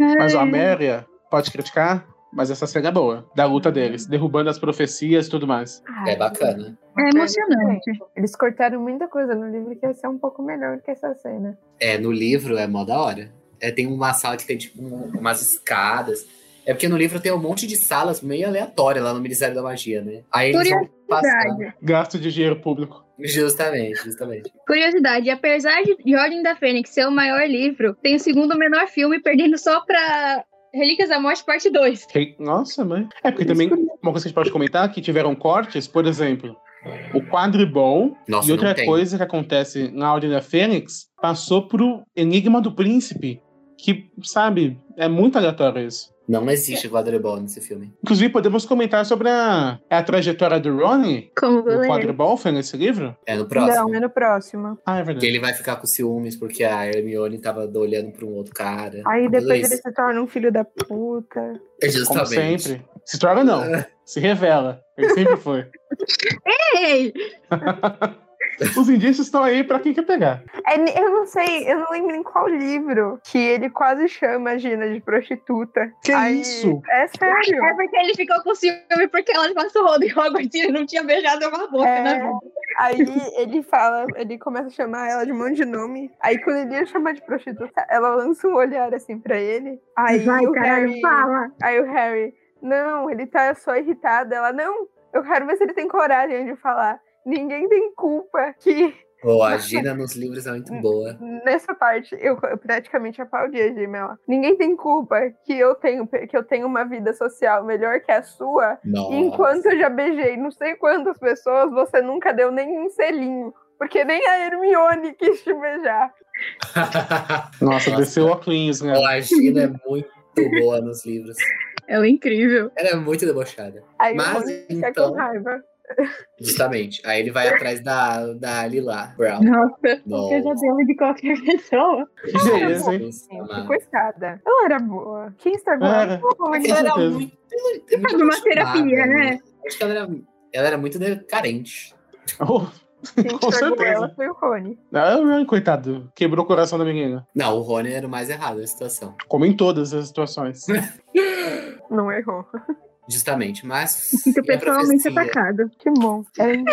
É, Mas o Améria pode criticar, mas essa cena é boa, da luta deles, derrubando as profecias e tudo mais. É bacana. É emocionante. Eles cortaram muita coisa no livro que ia ser um pouco melhor que essa cena. É, no livro é mó da hora. É, tem uma sala que tem, tipo, um- umas escadas. É porque no livro tem um monte de salas meio aleatórias lá no Ministério da Magia, né? Aí eles vão passar. Curiosidade. Gasto de dinheiro público. Justamente, justamente. Curiosidade, apesar de de Ordem da Fênix ser o maior livro, tem o segundo menor filme, perdendo só pra Relíquias da Morte, parte 2. Que- Nossa, mãe. É porque também, uma coisa que a gente pode comentar, que tiveram cortes, por exemplo, o quadribol Nossa, e outra não tem. coisa que acontece na Ordem da Fênix passou pro Enigma do Príncipe, que, sabe, é muito aleatório isso. Não existe quadribol nesse filme. Inclusive, podemos comentar sobre a, é a trajetória do Ronnie, Como o goleiro. quadribol foi nesse livro? É no próximo. Não, é no próximo. Ah, é Porque verdade. ele vai ficar com ciúmes porque a Hermione tava olhando pra um outro cara. Aí Tudo depois ele isso. se torna um filho da puta. É Como (laughs) Justamente. sempre. Se torna não, se revela. Ele sempre foi. Ei! Os indícios estão aí pra quem quer pegar. É ne- eu não sei, eu não lembro em qual livro que ele quase chama a Gina de prostituta. Que Aí- isso? É sério. É porque ele ficou com ciúme porque ela passou o Rodrigo Agostinho não tinha beijado uma boca né? É. na vida. Aí ele fala, ele começa a chamar ela de um monte de nome. Aí quando ele ia chamar de prostituta, ela lança um olhar assim pra ele. Aí o Harry, fala. aí o Harry, não, ele tá só irritado. Ela, não, eu quero ver se ele tem coragem de falar. Ninguém tem culpa que Pô, a Gina nos livros é muito boa. nessa parte eu, eu praticamente aplaudi a Gmail. Ninguém tem culpa que eu tenho que eu tenho uma vida social melhor que a sua Nossa. (laughs) Enquanto eu já beijei não sei quantas pessoas, você nunca deu nem um selinho. Porque nem a Hermione quis te beijar. Nossa, Nossa. desceu o óculos, né? Pô, a Gina é muito boa nos livros. Ela é incrível. Ela é muito debochada. Aí Mas, o Rony fica então- com raiva. Justamente. Aí ele vai atrás da, da Ali lá, Brown. Nossa, Nossa. o pesadelo de qualquer pessoa. Beleza, hein? Amado. Coitada. Ela era boa. Quem estragou ela Era. boa, mas Com Ela era certeza. muito. é muito Sabe, uma apaixonada, terapia, né? Acho que ela era, ela era muito de- carente. Oh, quem Com estragou certeza. ela foi o Rony. ah, Rony, coitado, quebrou o coração da menina. Não, o Rony era o mais errado da situação. Como em todas as (laughs) situações. Não errou. Justamente, mas. Fica Então, e a pessoalmente tá profecia? atacado. Que bom. Era um,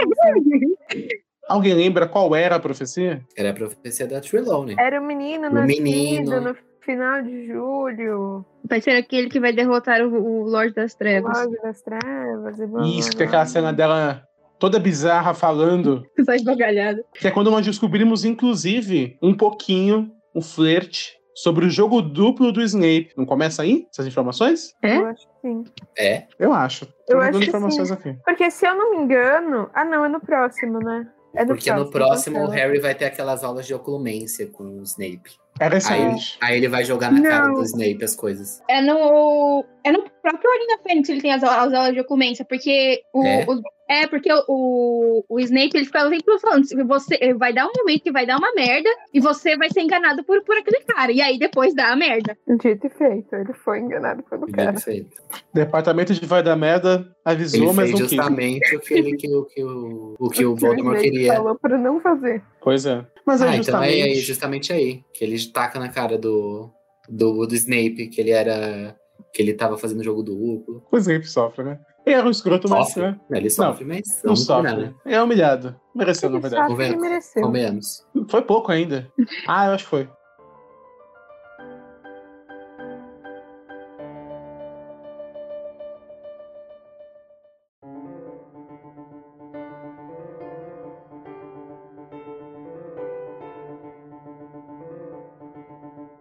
Alguém lembra qual era a profecia? Era a profecia da Trelawney. Era um menino Um nascido menino. no final de julho. Vai ser aquele que vai derrotar o, o Lorde das Trevas. (laughs) Logo das trevas e blá, Isso, que tem blá, aquela blá. cena dela toda bizarra falando. Só esbagalhado. Que é quando nós descobrimos, inclusive, um pouquinho, um flerte, sobre o jogo duplo do Snape. Não começa aí essas informações? Eu acho que sim. É. Eu acho. Tô Eu acho jogando que informações aqui. Porque se eu não me engano. Ah, não, é no próximo, né? É no Porque no próximo. próximo o Harry vai ter aquelas aulas de oculumência com o Snape. Era essa Aí, noite. aí ele vai jogar na cara Não. do Snape as coisas. É no, é no próprio Ordem da Fênix ele tem as, as aulas de ocumência, porque o. É? o- é, porque o- o, o Snape ele fica sempre falando: se você vai dar um momento que vai dar uma merda e você vai ser enganado por, por aquele cara. E aí depois dá a merda. Dito e feito, ele foi enganado pelo E cara. deve ser. Departamento de Vai da Merda Ele avisou, mas fez não quis. justamente o que, ele, que, o- que o, o que o Que o Voldemort Snape queria. falou pra não fazer. Pois é. Mas Ah, é então é, justamente. é justamente aí. Que ele taca na cara do, do, do Snape, que ele era. que ele tava fazendo jogo duplo. O Snape sofre, né? Ele era um escroto, mas Sofre. né? Ele sofre, mas não vamos combinar, sofre. né? Ele é humilhado. Mereceu, na Ele verdade. sabe que ele Convenhamos. mereceu. Comemos. Foi pouco ainda. Ah, eu acho que foi.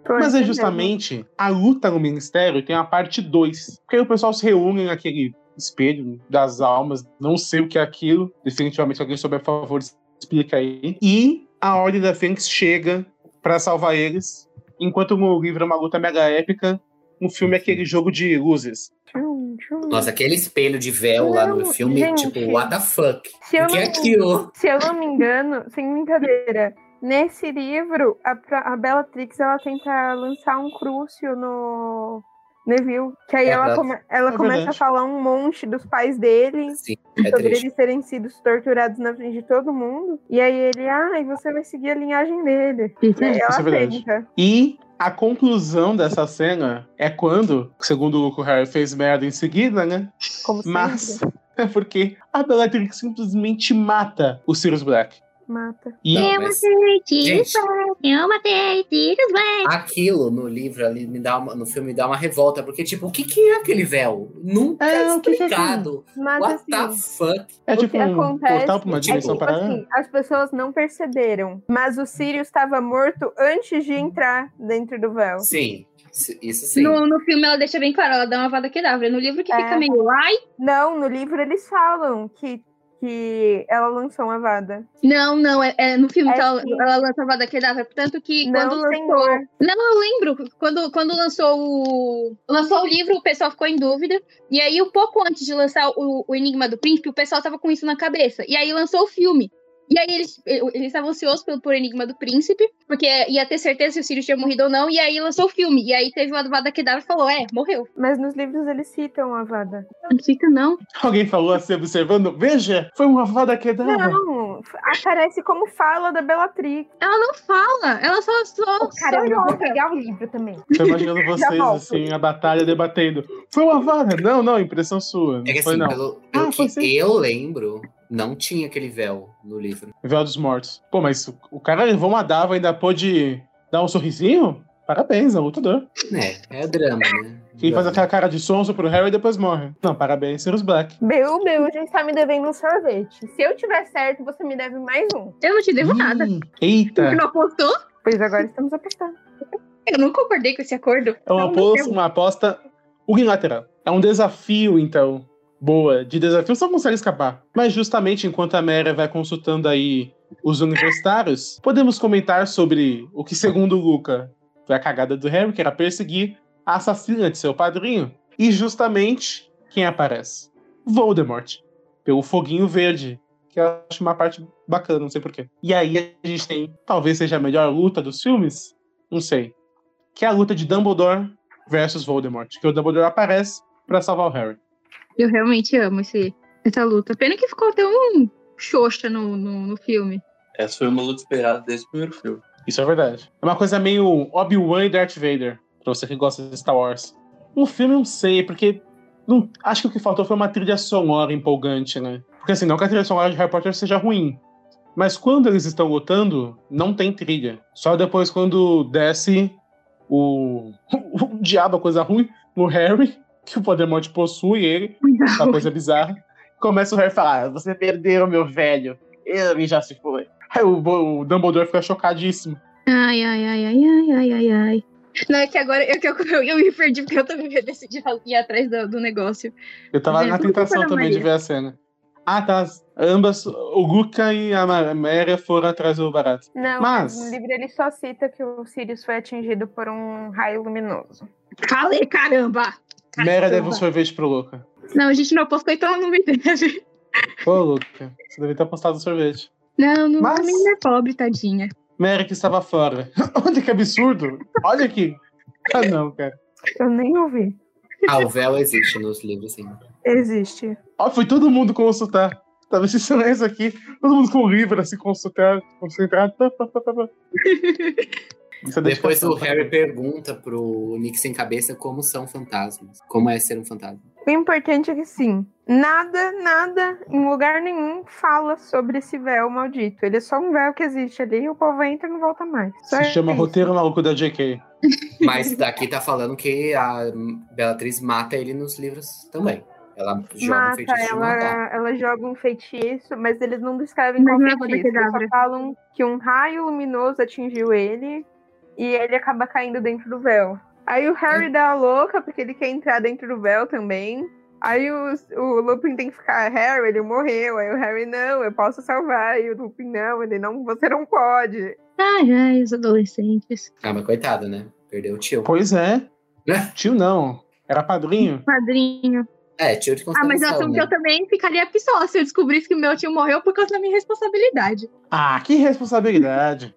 Tô Mas é entendendo. justamente a luta no Ministério tem a parte 2. Porque aí o pessoal se reúne naquele espelho das almas, não sei o que é aquilo. Definitivamente alguém souber, por favor, explica aí. E a Ordem da Fênix chega pra salvar eles. Enquanto no livro é uma luta mega épica, no filme é aquele jogo de luzes. Tchum, tchum. Nossa, aquele espelho de véu lá no Não, filme, gente. tipo, what the fuck? se, eu O que é não, aquilo? se eu não me engano, sem brincadeira, nesse livro, a, pra- a Bellatrix ela tenta lançar um crucio no Neville. Que aí É ela, verdade. come- ela É começa a verdade. falar um monte dos pais dele. Sim, é sobre triste. eles terem sido torturados na frente de todo mundo. E aí ele, ai, você vai seguir a linhagem dele. E aí Isso ela é verdade. tenta. E a conclusão dessa cena é quando, segundo o Luke Harry, fez merda em seguida, né? Como Mas sempre, (laughs) é porque a Bellatrix simplesmente mata o Sirius Black. mata. E Não, mas- né? Gente. eu matei tiros, aquilo no livro ali me dá uma, no filme me dá uma revolta, porque tipo, o que que é aquele véu? Nunca É, é, o que que é explicado. Mas What assim, the fuck? é o tipo que um acontece portal pra uma é que, dimensão tipo paralela. (laughs) assim, as pessoas não perceberam. Mas o Sirius estava morto antes de entrar dentro do véu. Sim, isso- isso sim. No, no filme ela deixa bem claro, ela dá uma vada quedavra. No livro que É. fica meio, ai, Não, no livro eles falam que, que ela lançou uma vada. Não, não, é, é no filme É que ela, sim. ela lança a Vada Kedavra, tanto que Não, quando senhor. lançou... um- Não, eu lembro, quando, quando lançou o... lançou o livro, o pessoal ficou em dúvida, e aí um pouco antes de lançar o, o Enigma do Príncipe, o pessoal tava com isso na cabeça, e aí lançou o filme. E aí eles eles estavam ansiosos pelo, por Enigma do Príncipe, porque ia ter certeza se o Sirius tinha morrido ou não, e aí lançou o filme, e aí teve uma Vada Kedavra e falou, é, morreu. Mas nos livros eles citam a vada. Não fica não. Alguém falou assim, observando, veja, foi uma vada que dava. Não, aparece como fala da Bellatrix. Ela não fala, ela só. só só joga. pegar o livro também. (laughs) Tô (laughs) imaginando vocês, volto. assim, a batalha debatendo. Foi uma vara? Não, não, impressão sua. É que Não foi, assim, não. pelo, pelo Ah, que foi sim. eu lembro, não tinha aquele véu no livro. Véu dos Mortos. Pô, mas o- o cara levou uma dava ainda pôde dar um sorrisinho? Parabéns, é lutador. É, é drama, né? Quem faz Drama. aquela cara de sonso pro Harry e depois morre. Não, parabéns, Sirius Black. Beu, Beu, já está me devendo um sorvete. Se eu tiver certo, você me deve mais um. Eu não te devo nada. Hum, Eita! Você não apostou? Pois agora estamos apostando. Eu não concordei com esse acordo. Então, É uma Não, um aposta, não uma aposta unilateral. É um desafio, então. Boa. De desafio só consegue escapar. Mas justamente enquanto a Mera vai consultando aí os universitários, podemos comentar sobre o que, segundo o Luca, foi a cagada do Harry, que era perseguir a assassina de seu padrinho. E justamente quem aparece? Voldemort. Pelo foguinho verde. Que eu acho uma parte bacana, não sei porquê. E aí a gente tem, talvez seja a melhor luta dos filmes, não sei. Que é a luta de Dumbledore versus Voldemort, que o Dumbledore aparece pra salvar o Harry. Eu realmente amo esse, essa luta. Pena que ficou tão xoxa no, no, no filme. Essa foi uma luta esperada desde o primeiro filme. Isso é verdade. É uma coisa meio Obi-Wan e Darth Vader, pra você que gosta de Star Wars. Um filme eu não sei, porque não- acho que o que faltou foi uma trilha sonora empolgante, né? Porque assim, não que a trilha sonora de Harry Potter seja ruim, mas quando eles estão lutando, não tem trilha. Só depois quando desce o, (laughs) o diabo, a coisa ruim, no Harry, que o Voldemort possui ele, uma coisa bizarra. Começa o Harry a falar: "Ah, Você perdeu, meu velho. Ele já se foi. Aí o, Bo- o Dumbledore fica chocadíssimo. Ai, ai, ai, ai, ai, ai, ai, ai. Não, é que agora eu, que eu, eu, eu me perdi porque eu também (laughs) decidi ir atrás do, do negócio. Eu tava Gente, na por que tentação foi na também de Maria? ver a cena. Ah, tá. Ambas, o Luca e a Ma- Maria foram atrás do barato. (laughs) Não, Mas- no livro ele só cita que o Sirius foi atingido por um raio luminoso. Falei, caramba! Mera deve um Caramba. sorvete pro Luca. Não, a gente não apostou, então não me deve. Ô, Luca, você deve ter apostado no sorvete. Não, não, Mas- a menina é pobre, tadinha. Mera que estava fora. (laughs) Olha que absurdo. Olha aqui. Ah, não, cara. Eu nem ouvi. Ah, o véu existe nos livros, sim. Existe. Ó, foi todo mundo consultar. Tava esse silêncio aqui, todo mundo com o livro, assim, consultar, concentrado. Pá, pá, pá, pá, pá. Isso é Depois dedicação, o tá? Harry pergunta pro Nick sem cabeça como são fantasmas. Como é ser um fantasma. O importante é que sim, nada, nada, em lugar nenhum, fala sobre esse véu maldito. Ele é só um véu que existe ali, o povo entra e não volta mais. Só Se chama isso. Roteiro Maluco da JK. (laughs) Mas daqui tá falando que a Bellatriz mata ele nos livros também. Ela joga um Mata, feitiço de ela, matar. ela joga um feitiço, mas eles não descrevem Mas qual não é Avada feitiço. Eles só Kedavra. falam que um raio luminoso atingiu ele e ele acaba caindo dentro do véu. Aí o É. Harry dá a louca porque ele quer entrar dentro do véu também. Aí o, o Lupin tem que ficar, Harry, ele morreu. Aí o Harry, não, eu posso salvar. E o Lupin, não, ele não, você não pode. Ai, ai, os adolescentes. Ah, mas coitada, né? Perdeu o tio. Pois é. Né? Tio não. Era padrinho. Padrinho. É, tio de Ah, mas eu, consideração, eu né? também ficaria pistola se eu descobrisse que meu tio morreu por causa da minha responsabilidade. Ah, que responsabilidade.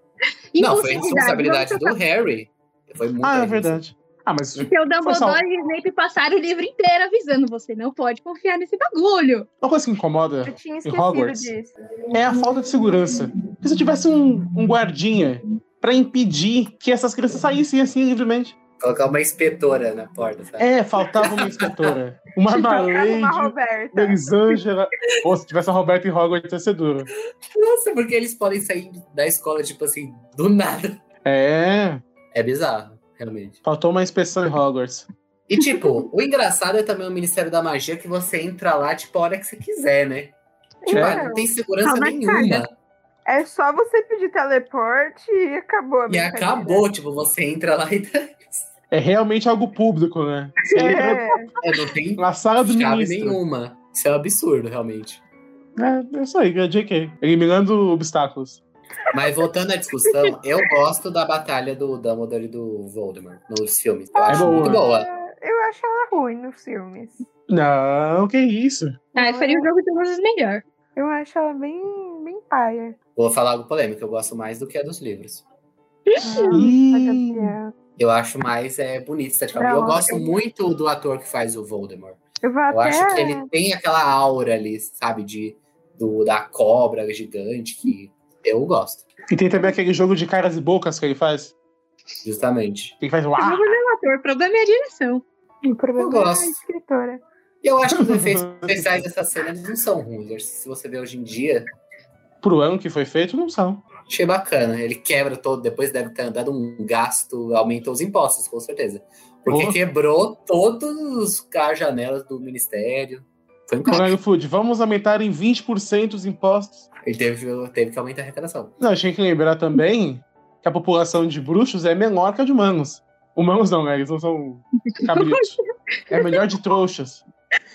Não, foi Impulsividade, responsabilidade do vamos Harry. Foi muito Ah, é verdade. Ah, mas só Seu um- Dumbledore e Snape passaram o livro inteiro avisando você não pode confiar nesse bagulho. uma coisa que incomoda Eu tinha E esquecido Hogwarts? disso. é a falta de segurança. Porque se eu tivesse um, um guardinha pra impedir que essas crianças saíssem assim livremente. Colocar uma inspetora na porta, sabe? É, faltava uma inspetora. Uma Tocava uma malade. Roberta. Elisângela. Ou se tivesse a Roberta e Hogwarts, ia ser duro. Nossa, porque eles podem sair da escola, tipo assim, do nada. É, É bizarro, realmente. faltou uma inspeção em Hogwarts. E, tipo, o engraçado é também o Ministério da Magia que você entra lá, tipo, a hora que você quiser, né? Tipo, É. ah, não tem segurança Tá na nenhuma. É só você pedir teleporte e acabou. a E brincadeira. acabou, né? tipo, você entra lá e (laughs) É realmente algo público, né? Você entra É. É, não tem na sala do chave ministro. nenhuma. Isso é um absurdo, realmente. É, é isso aí, é JK. Eliminando obstáculos. Mas voltando à discussão, eu gosto da batalha do Dumbledore e do Voldemort nos filmes. Ah, Eu acho muito boa. Eu acho ela ruim nos filmes. Não, que isso. Ah, eu faria o jogo de todos melhor. Eu acho ela bem, bem paia. Vou falar algo polêmico, eu gosto mais do que a dos livros. Ah, Ih, Eu acho mais é, bonito esteticamente. Pra Eu onde gosto eu- muito do ator que faz o Voldemort. Eu vou Eu acho que até. ele tem aquela aura ali, sabe, de do- da cobra gigante, que eu gosto, E tem também aquele jogo de caras e bocas que ele faz. justamente. Ele faz O uau. problema é o ator, o problema é a direção. O problema Eu gosto. é a escritora. E eu acho que os efeitos especiais dessa cena não são ruins. Acho que Se você vê hoje em dia, Pro ano que foi feito, não são. achei bacana. Ele quebra todo, depois deve ter dado um gasto, aumentou os impostos, com certeza. Porque Boa. quebrou todas as janelas do ministério. Foi um caos. Coronel Food, vamos aumentar em 20% os impostos. Ele teve, teve que aumentar a arrecadação. Não, achei que lembrar também que a população de bruxos é menor que a de humanos. Humanos não, né? Eles não são cabritos. É melhor de trouxas.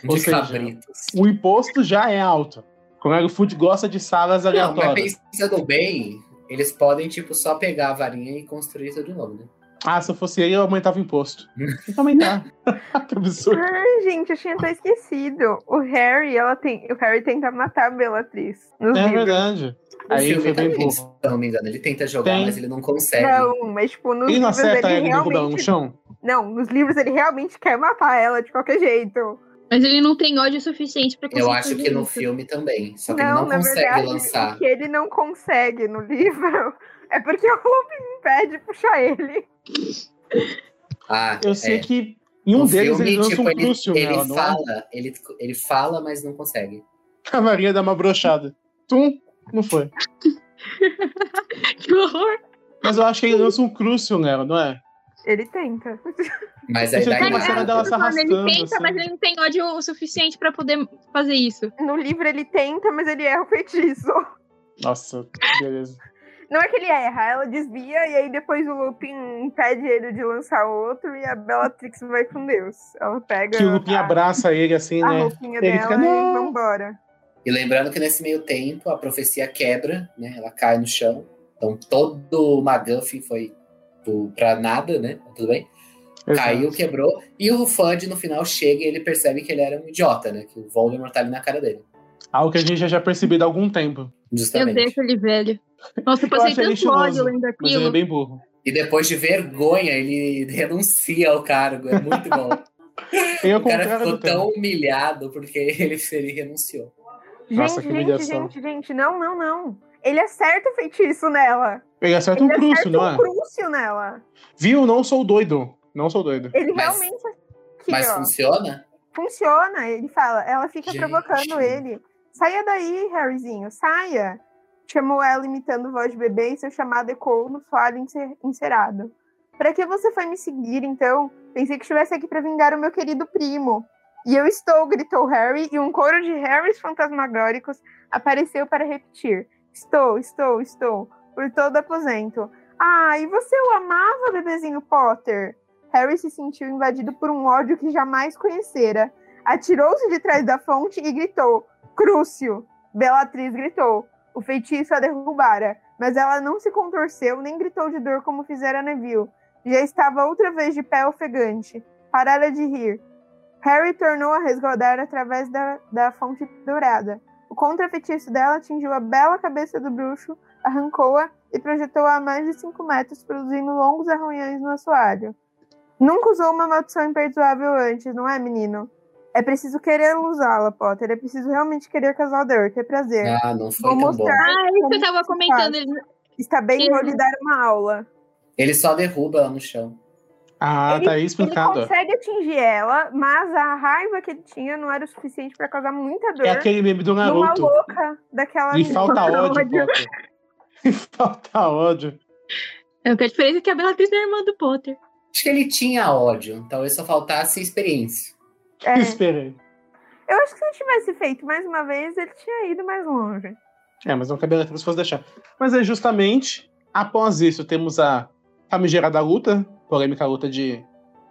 Ou De seja, cabritos. O imposto já é alto. Coronel Food gosta de salas Não, mas aleatórias. pensando bem, eles podem, tipo, só pegar a varinha e construir isso de novo, né? Ah, se eu fosse ele, eu aumentava o (laughs) imposto. Tem que aumentar. (laughs) que absurdo. Ai, gente, eu tinha até esquecido. O Harry, ela tem. O Harry tenta matar a Bellatriz. Nos É livros. verdade. O Aí ele filme foi bem também, burro. se eu não me engano, ele tenta jogar, Tem. mas ele não consegue. Não, mas tipo, nos Ele não livros acerta ele ele derrubando no realmente. chão? Não, nos livros ele realmente quer matar ela de qualquer jeito. Mas ele não tem ódio suficiente pra conseguir Eu acho fazer que no isso. filme também. Só que não, ele na não consegue verdade, lançar. o que ele não consegue no livro (laughs) é porque o Lupin impede de puxar ele. Ah, Eu é. sei que em um No tipo, deles eles lançam um ele, crucio ele nela, não é? fala, ele, ele fala, mas não consegue. (laughs) A Maria dá uma brochada. Tum, não foi. (laughs) Que horror! Mas eu acho que ele lança um crucio nela, não é? Ele tenta. Mas aí Isso dá aqui é uma errado. cena dela se ele arrastando, tenta, mas assim. ele não tem ódio o suficiente pra poder fazer isso. No livro ele tenta, mas ele erra o feitiço. (laughs) Nossa, beleza. Não é que ele erra, ela desvia e aí depois o Lupin impede ele de lançar outro e a Bellatrix vai com Deus. Ela pega Que o Lupin a, abraça ele assim, a né? roupinha Ele dela fica, e "Não." vambora. E lembrando que nesse meio tempo a profecia quebra, né? Ela cai no chão. Então todo o McGuffin foi pro- pra nada, né? Tudo bem? Caiu, quebrou. E o Fudge no final chega e ele percebe que ele era um idiota, né? Que o Voldemort tá ali na cara dele. Algo que a gente já tinha percebido há algum tempo. Eu Justamente. deixo ele velho. Nossa, eu Eu passei acho ele tanto ódio estiloso, lendo Mas ele é aquilo. bem burro. E depois de vergonha, ele (laughs) renuncia ao cargo. É (laughs) muito bom. Ele é o o cara contrário ficou do tão tempo. humilhado porque (laughs) ele, ele renunciou. Nossa, que gente, gente, humilhação. gente, gente, não, não, não. Ele acerta o feitiço nela. Ele acerta um ele crucio, acerta não é? um crucio nela. Viu? Não sou doido. Não sou doido. Ele Mas- realmente é aqui, Mas ó, funciona? funciona. Ele fala, ela fica Gente. provocando ele. Saia daí, Harryzinho, saia. Chamou ela imitando voz de bebê e seu chamado ecoou no soalho encer- encerado. Para que você foi me seguir, então? Pensei que estivesse aqui para vingar o meu querido primo. E eu estou, gritou Harry, e um coro de Harrys fantasmagóricos apareceu para repetir: Estou, estou, estou, por todo aposento. Ah, e você o amava, bebezinho Potter? Harry se sentiu invadido por um ódio que jamais conhecera. Atirou-se de trás da fonte e gritou: Crucio! Belatriz gritou. O feitiço a derrubara, mas ela não se contorceu nem gritou de dor como fizera Neville. Já estava outra vez de pé ofegante. Parara de rir. Harry tornou a resguardar através da, da fonte dourada. O contrafeitiço dela atingiu a bela cabeça do bruxo, arrancou-a e projetou-a a mais de cinco metros, produzindo longos arranhões no assoalho. Nunca usou uma maldição imperdoável antes, não é, menino? É preciso querer usá-la, Potter. É preciso realmente querer casar o ter é prazer. Ah, não foi Vou tão bom. mostrar. Ah, isso que eu tava comentando. Ele Está bem, Ele- vou lhe dar uma aula. Ele só derruba ela no chão. Ah, Ele- tá aí Ele explicado. consegue atingir ela, mas a raiva que ele tinha não era o suficiente para causar muita dor É aquele meme do né? numa Naruto. louca daquela (laughs) E falta menina. ódio, ódio. Potter. (laughs) E falta ódio. É, o que a diferença é que a Bellatrix não é irmã do Potter. Acho que ele tinha ódio, então talvez só faltasse experiência. É. Esperei. Eu acho que se ele tivesse feito mais uma vez, ele tinha ido mais longe. É, mas não cabia se fosse deixar. Mas é justamente após isso temos a famigerada luta, polêmica luta de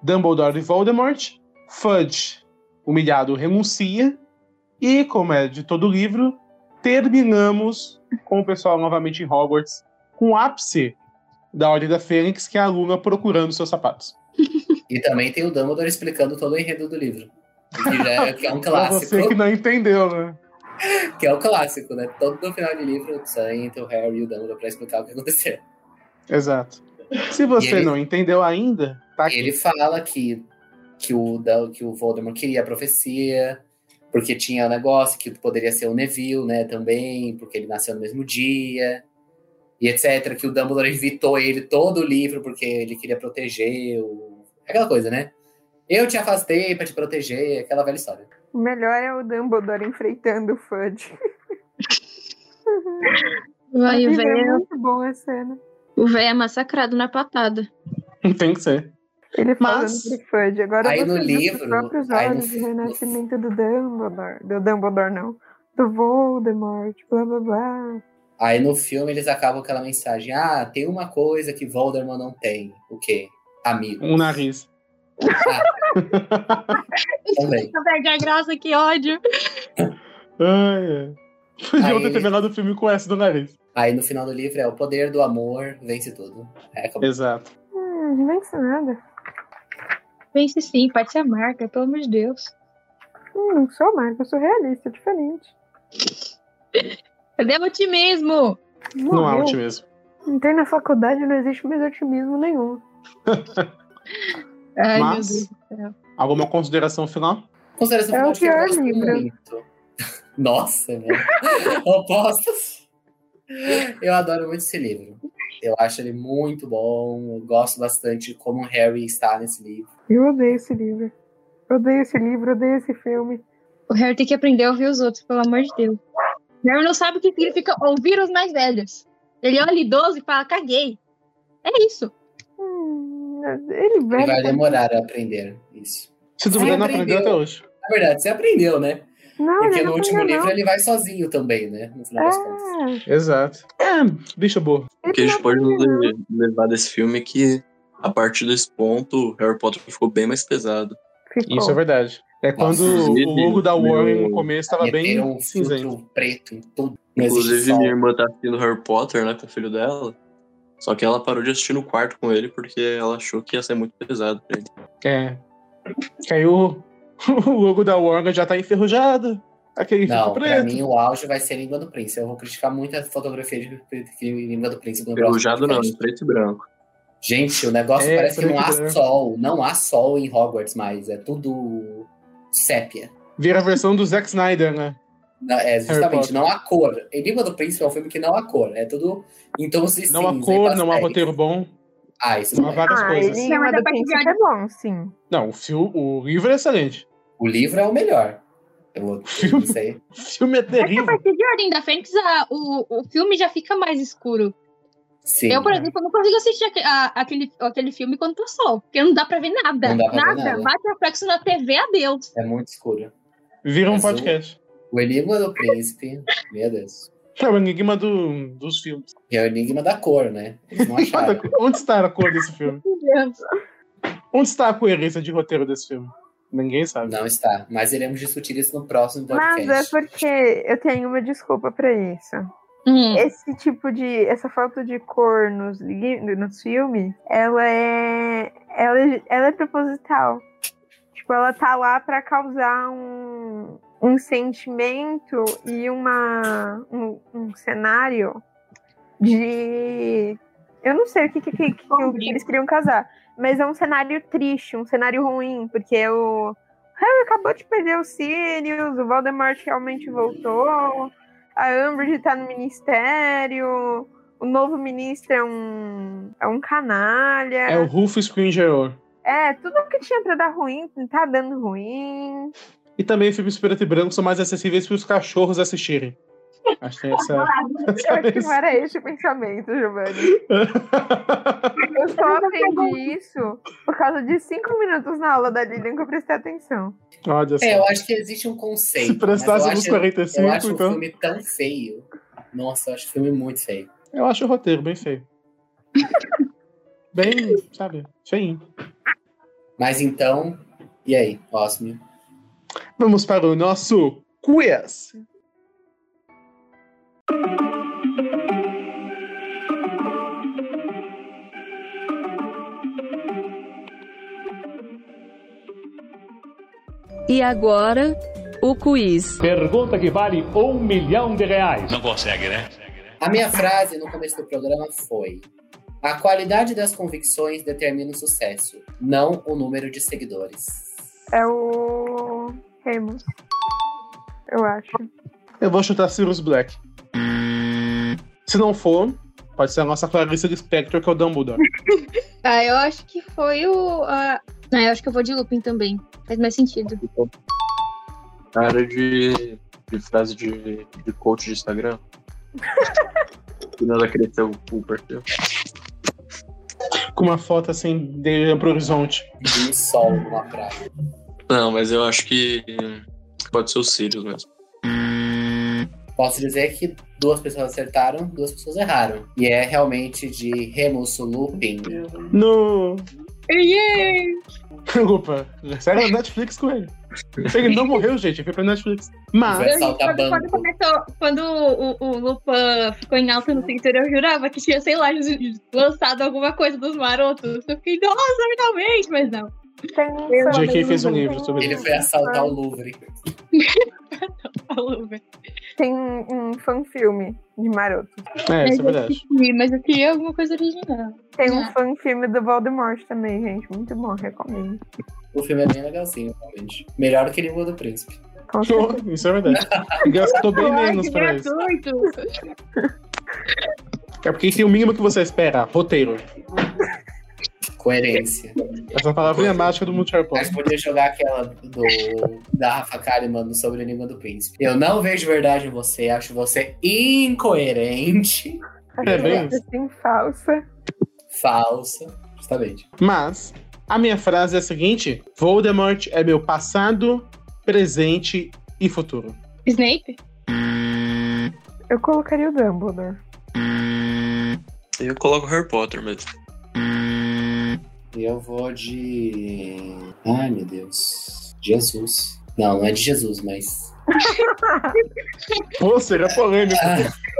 Dumbledore e Voldemort. Fudge, humilhado, renuncia. E, como é de todo livro, terminamos com o pessoal novamente em Hogwarts, com o ápice da Ordem da Fênix, que é a aluna procurando seus sapatos. E também tem o Dumbledore explicando todo o enredo do livro. Que, já é, que é um (laughs) Pra clássico. você que não entendeu, né? Que é o clássico, né? Todo final de livro só entra o Harry e o Dumbledore pra explicar o que aconteceu. Exato. Se você ele- não entendeu ainda, tá aqui. Ele fala que, que, o, Dum- que o Voldemort queria a profecia, Porque tinha o negócio que poderia ser o Neville, né, também, porque ele nasceu no mesmo dia, e etc. Que o Dumbledore evitou ele todo o livro porque ele queria proteger o. Aquela coisa, né? Eu te afastei pra te proteger, aquela velha história. O melhor é o Dumbledore enfrentando o Fudge. (laughs) Vai, o Incrível, é velho muito bom a cena. o véio é massacrado na patada. (laughs) Tem que ser. Ele falando Mas- de Fudge. Agora Aí você no viu livro, os próprios aí no olhos do fi- renascimento do Dumbledore. Do Dumbledore, não. Do Voldemort, blá blá blá. Aí no filme eles acabam com aquela mensagem: ah, tem uma coisa que Voldemort não tem. O quê? Amigo. Um nariz. (laughs) Também. Perde a graça, Então, que ódio. Ai, (laughs) é. Podia Aí- ter terminado o filme com essa do nariz. Aí no final do livro é o poder do amor vence tudo. É, acabou. Exato. Hum, não vence nada. Pense sim, pode ser a marca, pelo amor de Deus. Hum, não sou Marco, eu sou realista, diferente. Cadê o otimismo? Não há Morreu. otimismo. Entrei na faculdade, não existe mais otimismo nenhum. Ai, meu Deus. Mas, alguma consideração final? Consideração É final o de que eu pior gosto livro. muito. (laughs) Nossa, né? (laughs) Opostos. Eu adoro muito esse livro. Eu acho ele muito bom. Eu gosto bastante de como o Harry está nesse livro. Eu odeio esse livro. Eu Odeio esse livro, eu odeio esse filme. O Harry tem que aprender a ouvir os outros, pelo amor de Deus. O Harry não sabe o que significa ouvir os mais velhos. Ele olha idoso e fala, caguei. É isso. Hum, ele Ele velho. vai demorar a aprender isso. Se duvidar, não aprendeu. aprendeu até hoje. Na verdade, você aprendeu, né? Não, Porque ele no Ah, não último aprendeu, livro ele vai sozinho também, né? No final das contas. não. É, Exato. É, bicho burro. é O que a ele gente não pode aprendeu, não. le- levar desse filme é que, a partir desse ponto, Harry Potter ficou bem mais pesado. Ficou. Isso é verdade. É quando o logo da Warren no começo tava Meteram bem um cinzento. filtro preto em tudo. Não existe Inclusive, sol. minha irmã tá assistindo Harry Potter, né, com o filho dela. Só que ela parou de assistir no quarto com ele porque ela achou que ia ser muito pesado pra ele. É. Que aí o, (laughs) o logo da Warner já tá enferrujado. Aquele (laughs) Não, filtro pra preto. mim o auge vai ser Língua do Príncipe. Eu vou criticar muito a fotografia de de Língua do Príncipe. no próximo Enferrujado não, podcast. preto e branco. Gente, o negócio É, parece que não há preto e branco. sol. Não há sol em Hogwarts mais. É tudo sépia. Vira a versão do Zack Snyder, né? Não, é justamente, Potter. não há cor. Em Língua do Príncipe é um filme que não há cor. É tudo em tons de Não há cinza e cor, não há pastéis. roteiro bom, Ah, isso não há não é. várias Ah, coisas. Não, ele mas mas a do partir de princípio é bom, sim. Não, o, fil, o livro é excelente. O livro é o melhor. (laughs) Eu, eu não sei. O filme é É que a terrível. partir de Ordem da Fênix, a- o, o filme já fica mais escuro. Sim. né? Eu, por exemplo, não consigo assistir aque- a- aquele, aquele filme quando tá sol, porque não dá pra ver nada. Não dá pra ver nada. nada. Bate reflexo na TV, adeus. É muito escuro. Vira um Azul. podcast. O Enigma do Príncipe, meu Deus. É o enigma do, dos filmes. E é o Enigma da Cor, né? Eles (laughs) não acharam. Onde está a cor desse filme? Meu Deus. Onde está a coerência de roteiro desse filme? Ninguém sabe. Não está. Mas iremos discutir isso no próximo Mas podcast. é porque eu tenho uma desculpa pra isso. Hum. Esse tipo de. Essa falta de cor nos, li- nos filmes, ela é. Ela, é- ela é proposital. Tipo, ela tá lá pra causar um, um sentimento e uma, um, um cenário de. Eu não sei o que, que, que- que- que eles queriam casar, mas é um cenário triste, um cenário ruim, porque o Harry acabou de perder o Sirius, o Voldemort realmente voltou, a Umbridge tá no ministério, o novo ministro é um, é um canalha. É o Rufus Cringer. É, tudo que tinha pra dar ruim, tá (laughs) dando ruim. E também filmes preto e branco são mais acessíveis para os cachorros assistirem. Acho que é essa. Eu acho (laughs) que não era esse o (laughs) pensamento, Giovanni. Eu só aprendi isso por causa de cinco minutos na aula da Lilian que eu prestei atenção. Olha só. É, eu acho que existe um Se conceito. prestasse mas nos eu acho, 45, eu acho então. o filme tão feio. Nossa, eu acho o filme muito feio. Eu acho o roteiro bem (laughs) feio. bem, sabe, feinho. Mas então, e aí, próximo? Vamos para o nosso quiz. E agora, o quiz. Pergunta que vale um milhão de reais. Não consegue, né? A minha frase no começo do programa foi: A qualidade das convicções determina o sucesso, não o número de seguidores. É o. É Remus. eu acho. Eu vou chutar Sirius Black. Se não for, pode ser a nossa Clarissa Lispector, que é o Dumbledore. Ah, eu acho que foi o. a- Ah, eu acho que eu vou de Lupin também. Faz mais sentido. Cara de, de frase de, de coach de Instagram. que nada cresceu o perfil. Com uma foto assim dele olhando pro horizonte. De um sol na praia. Não, mas eu acho que pode ser o Sirius mesmo. Posso dizer que duas pessoas acertaram, duas pessoas erraram. E é realmente de Remus Lupin. No. (laughs) Yay! Desculpa. Sério, na Netflix com ele. Ele não morreu, gente. Ele foi pra Netflix. Mas. Vai saltar Quando, quando tá banco. começou, quando o, o Lupa ficou em alta no Twitter, eu jurava que tinha, sei lá, lançado alguma coisa dos marotos. Eu fiquei, nossa, finalmente! Mas não. (laughs) Tem Eu- sobre JK fez um livro, livro sobre tem- isso. Ele foi assaltar o Louvre. Falou, velho. Tem um, um fanfilme de Maroto. É, isso é verdade. Ih, Mas eu queria alguma coisa original. Tem um fanfilme do Voldemort também, gente. Muito bom, recomendo. O filme é bem legalzinho, realmente. Melhor do que Língua do Príncipe. Com certeza. Isso é verdade. Gastou bem menos pra isso. gratuito! É porque tem o mínimo que você espera. Roteiro. Coerência. Essa palavrinha mágica do mundo de Harry Mas Potter. podia jogar aquela do, da Rafa Kalimann sobre a língua do príncipe. Eu não vejo verdade em você, acho você incoerente, É bem isso. assim, falsa. falsa. Justamente. Mas a minha frase é a seguinte: Voldemort é meu passado, presente e futuro. Snape? Eu colocaria o Dumbledore. Eu coloco Harry Potter mesmo. E eu vou de. Ai, meu Deus. Jesus. Não, não é de Jesus, mas. Ou seja, é polêmico.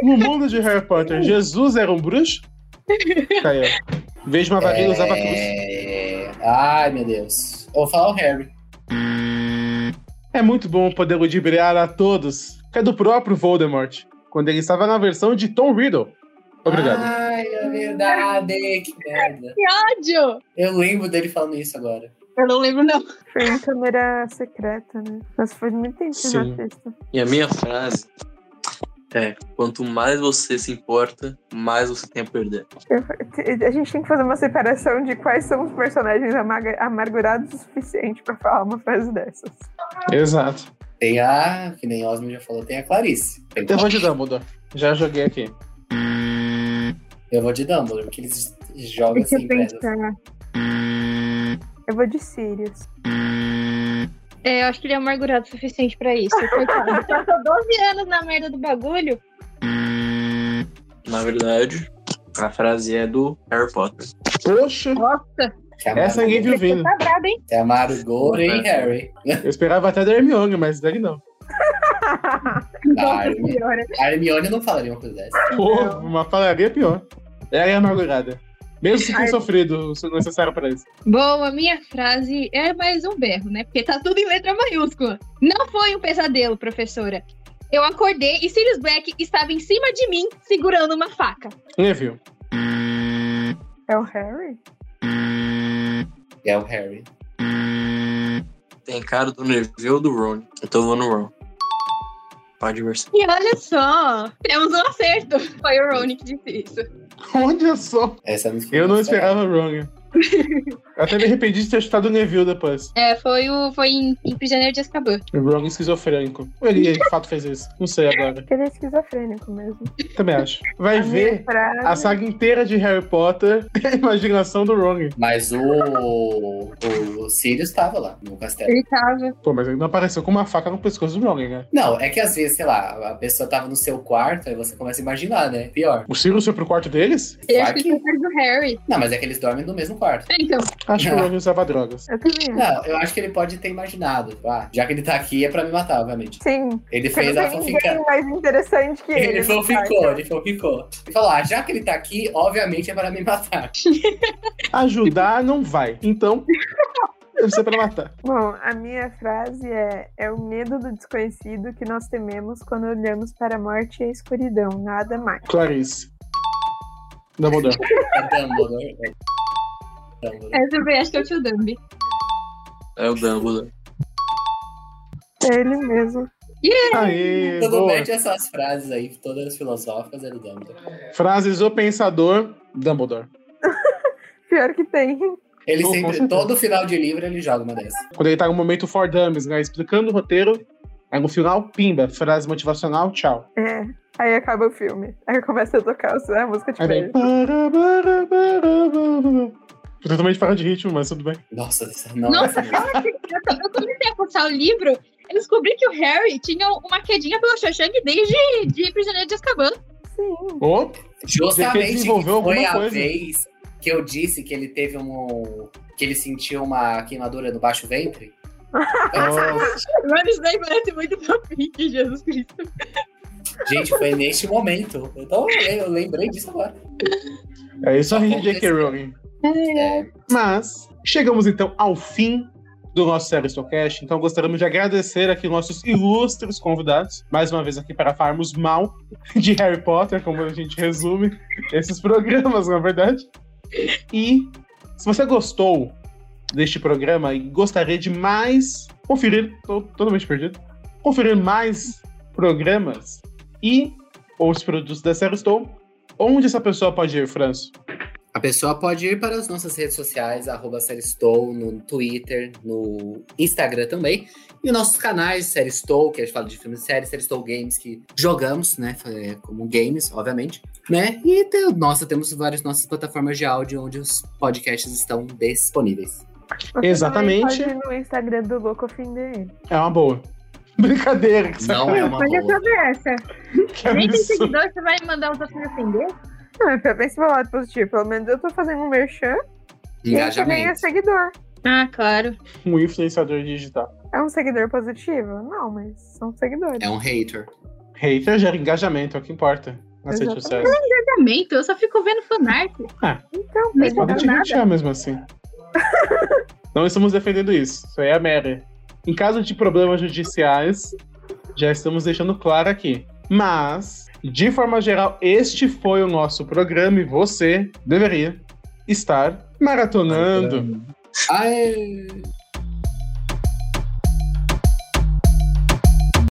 No mundo de Harry Potter, Jesus era um bruxo? Tá aí, ó. Vejo uma varinha e usava cruz. É... Ai, meu Deus. Eu vou falar o Harry. É muito bom poder ludibriar a todos, que é do próprio Voldemort, quando ele estava na versão de Tom Riddle. Obrigado. Ai, é verdade. Que merda. Ódio! Eu lembro dele falando isso agora. Eu não lembro, não. Foi (laughs) em câmera secreta, né? Mas foi muito tempo que eu Sim. não assisto. E a minha frase é: quanto mais você se importa, mais você tem a perder. Eu- A gente tem que fazer uma separação de quais são os personagens amarga- amargurados o suficiente pra falar uma frase dessas. Exato. Tem a. Que nem Osmo já falou, tem a Clarice. Tem- Eu vou de Dumbledore. Já joguei aqui. Eu vou de Dumbledore, porque eles jogam Deixa assim, eu pedras. pensar. Eu vou de Sirius. É, eu acho que ele é amargurado o suficiente pra isso. Coitado. (laughs) Eu tô 12 anos na merda do bagulho. Na verdade, a frase é do Harry Potter. Poxa, Nossa, Que amar- essa ninguém viu vindo. tá brabo, hein? Que amar o Gore, hein, Harry? Eu esperava até da Hermione, mas daí não. Nossa (laughs) Ai, meu- é senhora. A Hermione não falaria uma coisa dessa. Pô, uma falaria pior. Ela é amargurada. Mesmo se for sofrido, se necessário pra isso. Bom, a minha frase é mais um berro, né? Porque tá tudo em letra maiúscula. Não foi um pesadelo, professora. Eu acordei e Sirius Black estava em cima de mim, segurando uma faca. Né, viu? É o Harry? É o Harry. Tem cara do Neville ou do Ron. Então eu vou no Ron. Pra diversão. E olha só, temos um acerto. Foi o Rony que disse isso. (laughs) Olha só. Essa é não Eu não esperava Wrong. Eu até me arrependi de ter chutado o Neville depois. É, foi, o, foi em, em Prisioneiro de Azkaban. O Wrong esquizofrênico. Ou Ele de fato fez isso. Não sei agora. Porque ele é esquizofrênico mesmo. Também acho. Vai A minha ver a frase... saga inteira de Harry Potter (laughs) e a imaginação do Wrong. Mas o, o Sirius estava lá no castelo. Ele tava. Pô, mas ele não apareceu com uma faca no pescoço do Wrong, né? Não, é que às vezes, sei lá, a pessoa tava no seu quarto, aí você começa a imaginar, né? Pior. O Sirius foi pro quarto deles? Eu acho Quarto- que ele foi do Harry. Não, mas é que eles dormem no mesmo quarto. É, Então, Acho que o Wrong usava drogas. Eu também. acho. Não, eu acho que ele pode ter imaginado. tipo, ah, já que ele tá aqui, é pra me matar, obviamente. Sim, Ele porque fez não a tem fanfica. ninguém mais interessante que ele. (laughs) Ele fanficou, ele fanficou. Ele falou, ah, já que ele tá aqui, obviamente é para me matar. (laughs) Ajudar não vai. Então, deve ser pra matar. Bom, a minha frase é: é o medo do desconhecido que nós tememos quando olhamos para a morte e a escuridão, nada mais. Clarice. Dumbledore. É Dumbledore. É Dumbledore. essa eu acho que é o tio Dumbi. É o Dumbledore. É ele mesmo. Aê, Tudo É boa. mete essas frases aí, todas filosóficas, era o Dumbledore. Frases do pensador Dumbledore. Pior que tem. Ele Bom, com sempre, certeza. todo final de livro, ele joga uma dessa. Quando ele tá no momento for dummies, né? Explicando o roteiro. Aí no final, pimba, frase motivacional, tchau. É. Aí acaba o filme. Aí começa a tocar a música de Aí vem. férias. para, para, para, para, para. Totalmente fora de ritmo, mas tudo bem. Nossa, essa- não, é Nossa, essa não. sabe que eu eu comecei a fuçar o livro, eu descobri que o Harry tinha uma quedinha pelo Shawshank desde de Prisioneiro de Azkaban. Sim. Ô, Você Justamente que desenvolveu foi alguma a coisa. vez que eu disse que ele teve um. que ele sentiu uma queimadura no (laughs) baixo ventre. É, nossa. Mano, isso daí parece muito fanfic, Jesus Cristo. Gente, foi neste momento. Então eu eu lembrei disso agora. é isso aí, J.K. Rowling. É, Mas chegamos então ao fim do nosso Aristocast. Então gostaríamos de agradecer aqui nossos ilustres convidados, mais uma vez aqui para falarmos mal (laughs) de Harry Potter, como a gente resume esses programas, na verdade. E se você gostou deste programa e gostaria de mais conferir, tô totalmente perdido, conferir mais programas e outros produtos da série Estou, onde essa pessoa pode ir, Franço? a pessoa pode ir para as nossas redes sociais, arroba Séristou, no Twitter, no Instagram também. E os nossos canais, Séristou, que a gente fala de filmes e séries, Séristou Games, que jogamos, né? é, Como games, obviamente. Né? E, tem- nossa, temos várias nossas plataformas de áudio onde os podcasts estão disponíveis. Você Exatamente. também Pode ir no Instagram do louco ofender ele. É uma boa. (laughs) Brincadeira, que é Não é uma Mas é boa. sobre essa. Nem (laughs) tem um absurdo. seguidor, você vai mandar um os outros me ofender? Não, é pensa pelo lado positivo. Pelo menos eu tô fazendo um merchan e a gente ganha Engajamento. seguidor. Ah, claro. Um influenciador digital. É um seguidor positivo? Não, mas são seguidores. É um hater. Hater gera engajamento, é o que importa nas redes Exatamente. sociais. Engajamento, então eu só fico vendo fanart. Então, Mas Eles podem te nada. hatear mesmo assim. Não estamos defendendo isso. Isso aí é a mera. Em caso de problemas judiciais, já estamos deixando claro aqui. Mas, de forma geral, este foi o nosso programa e você deveria estar maratonando. Aê!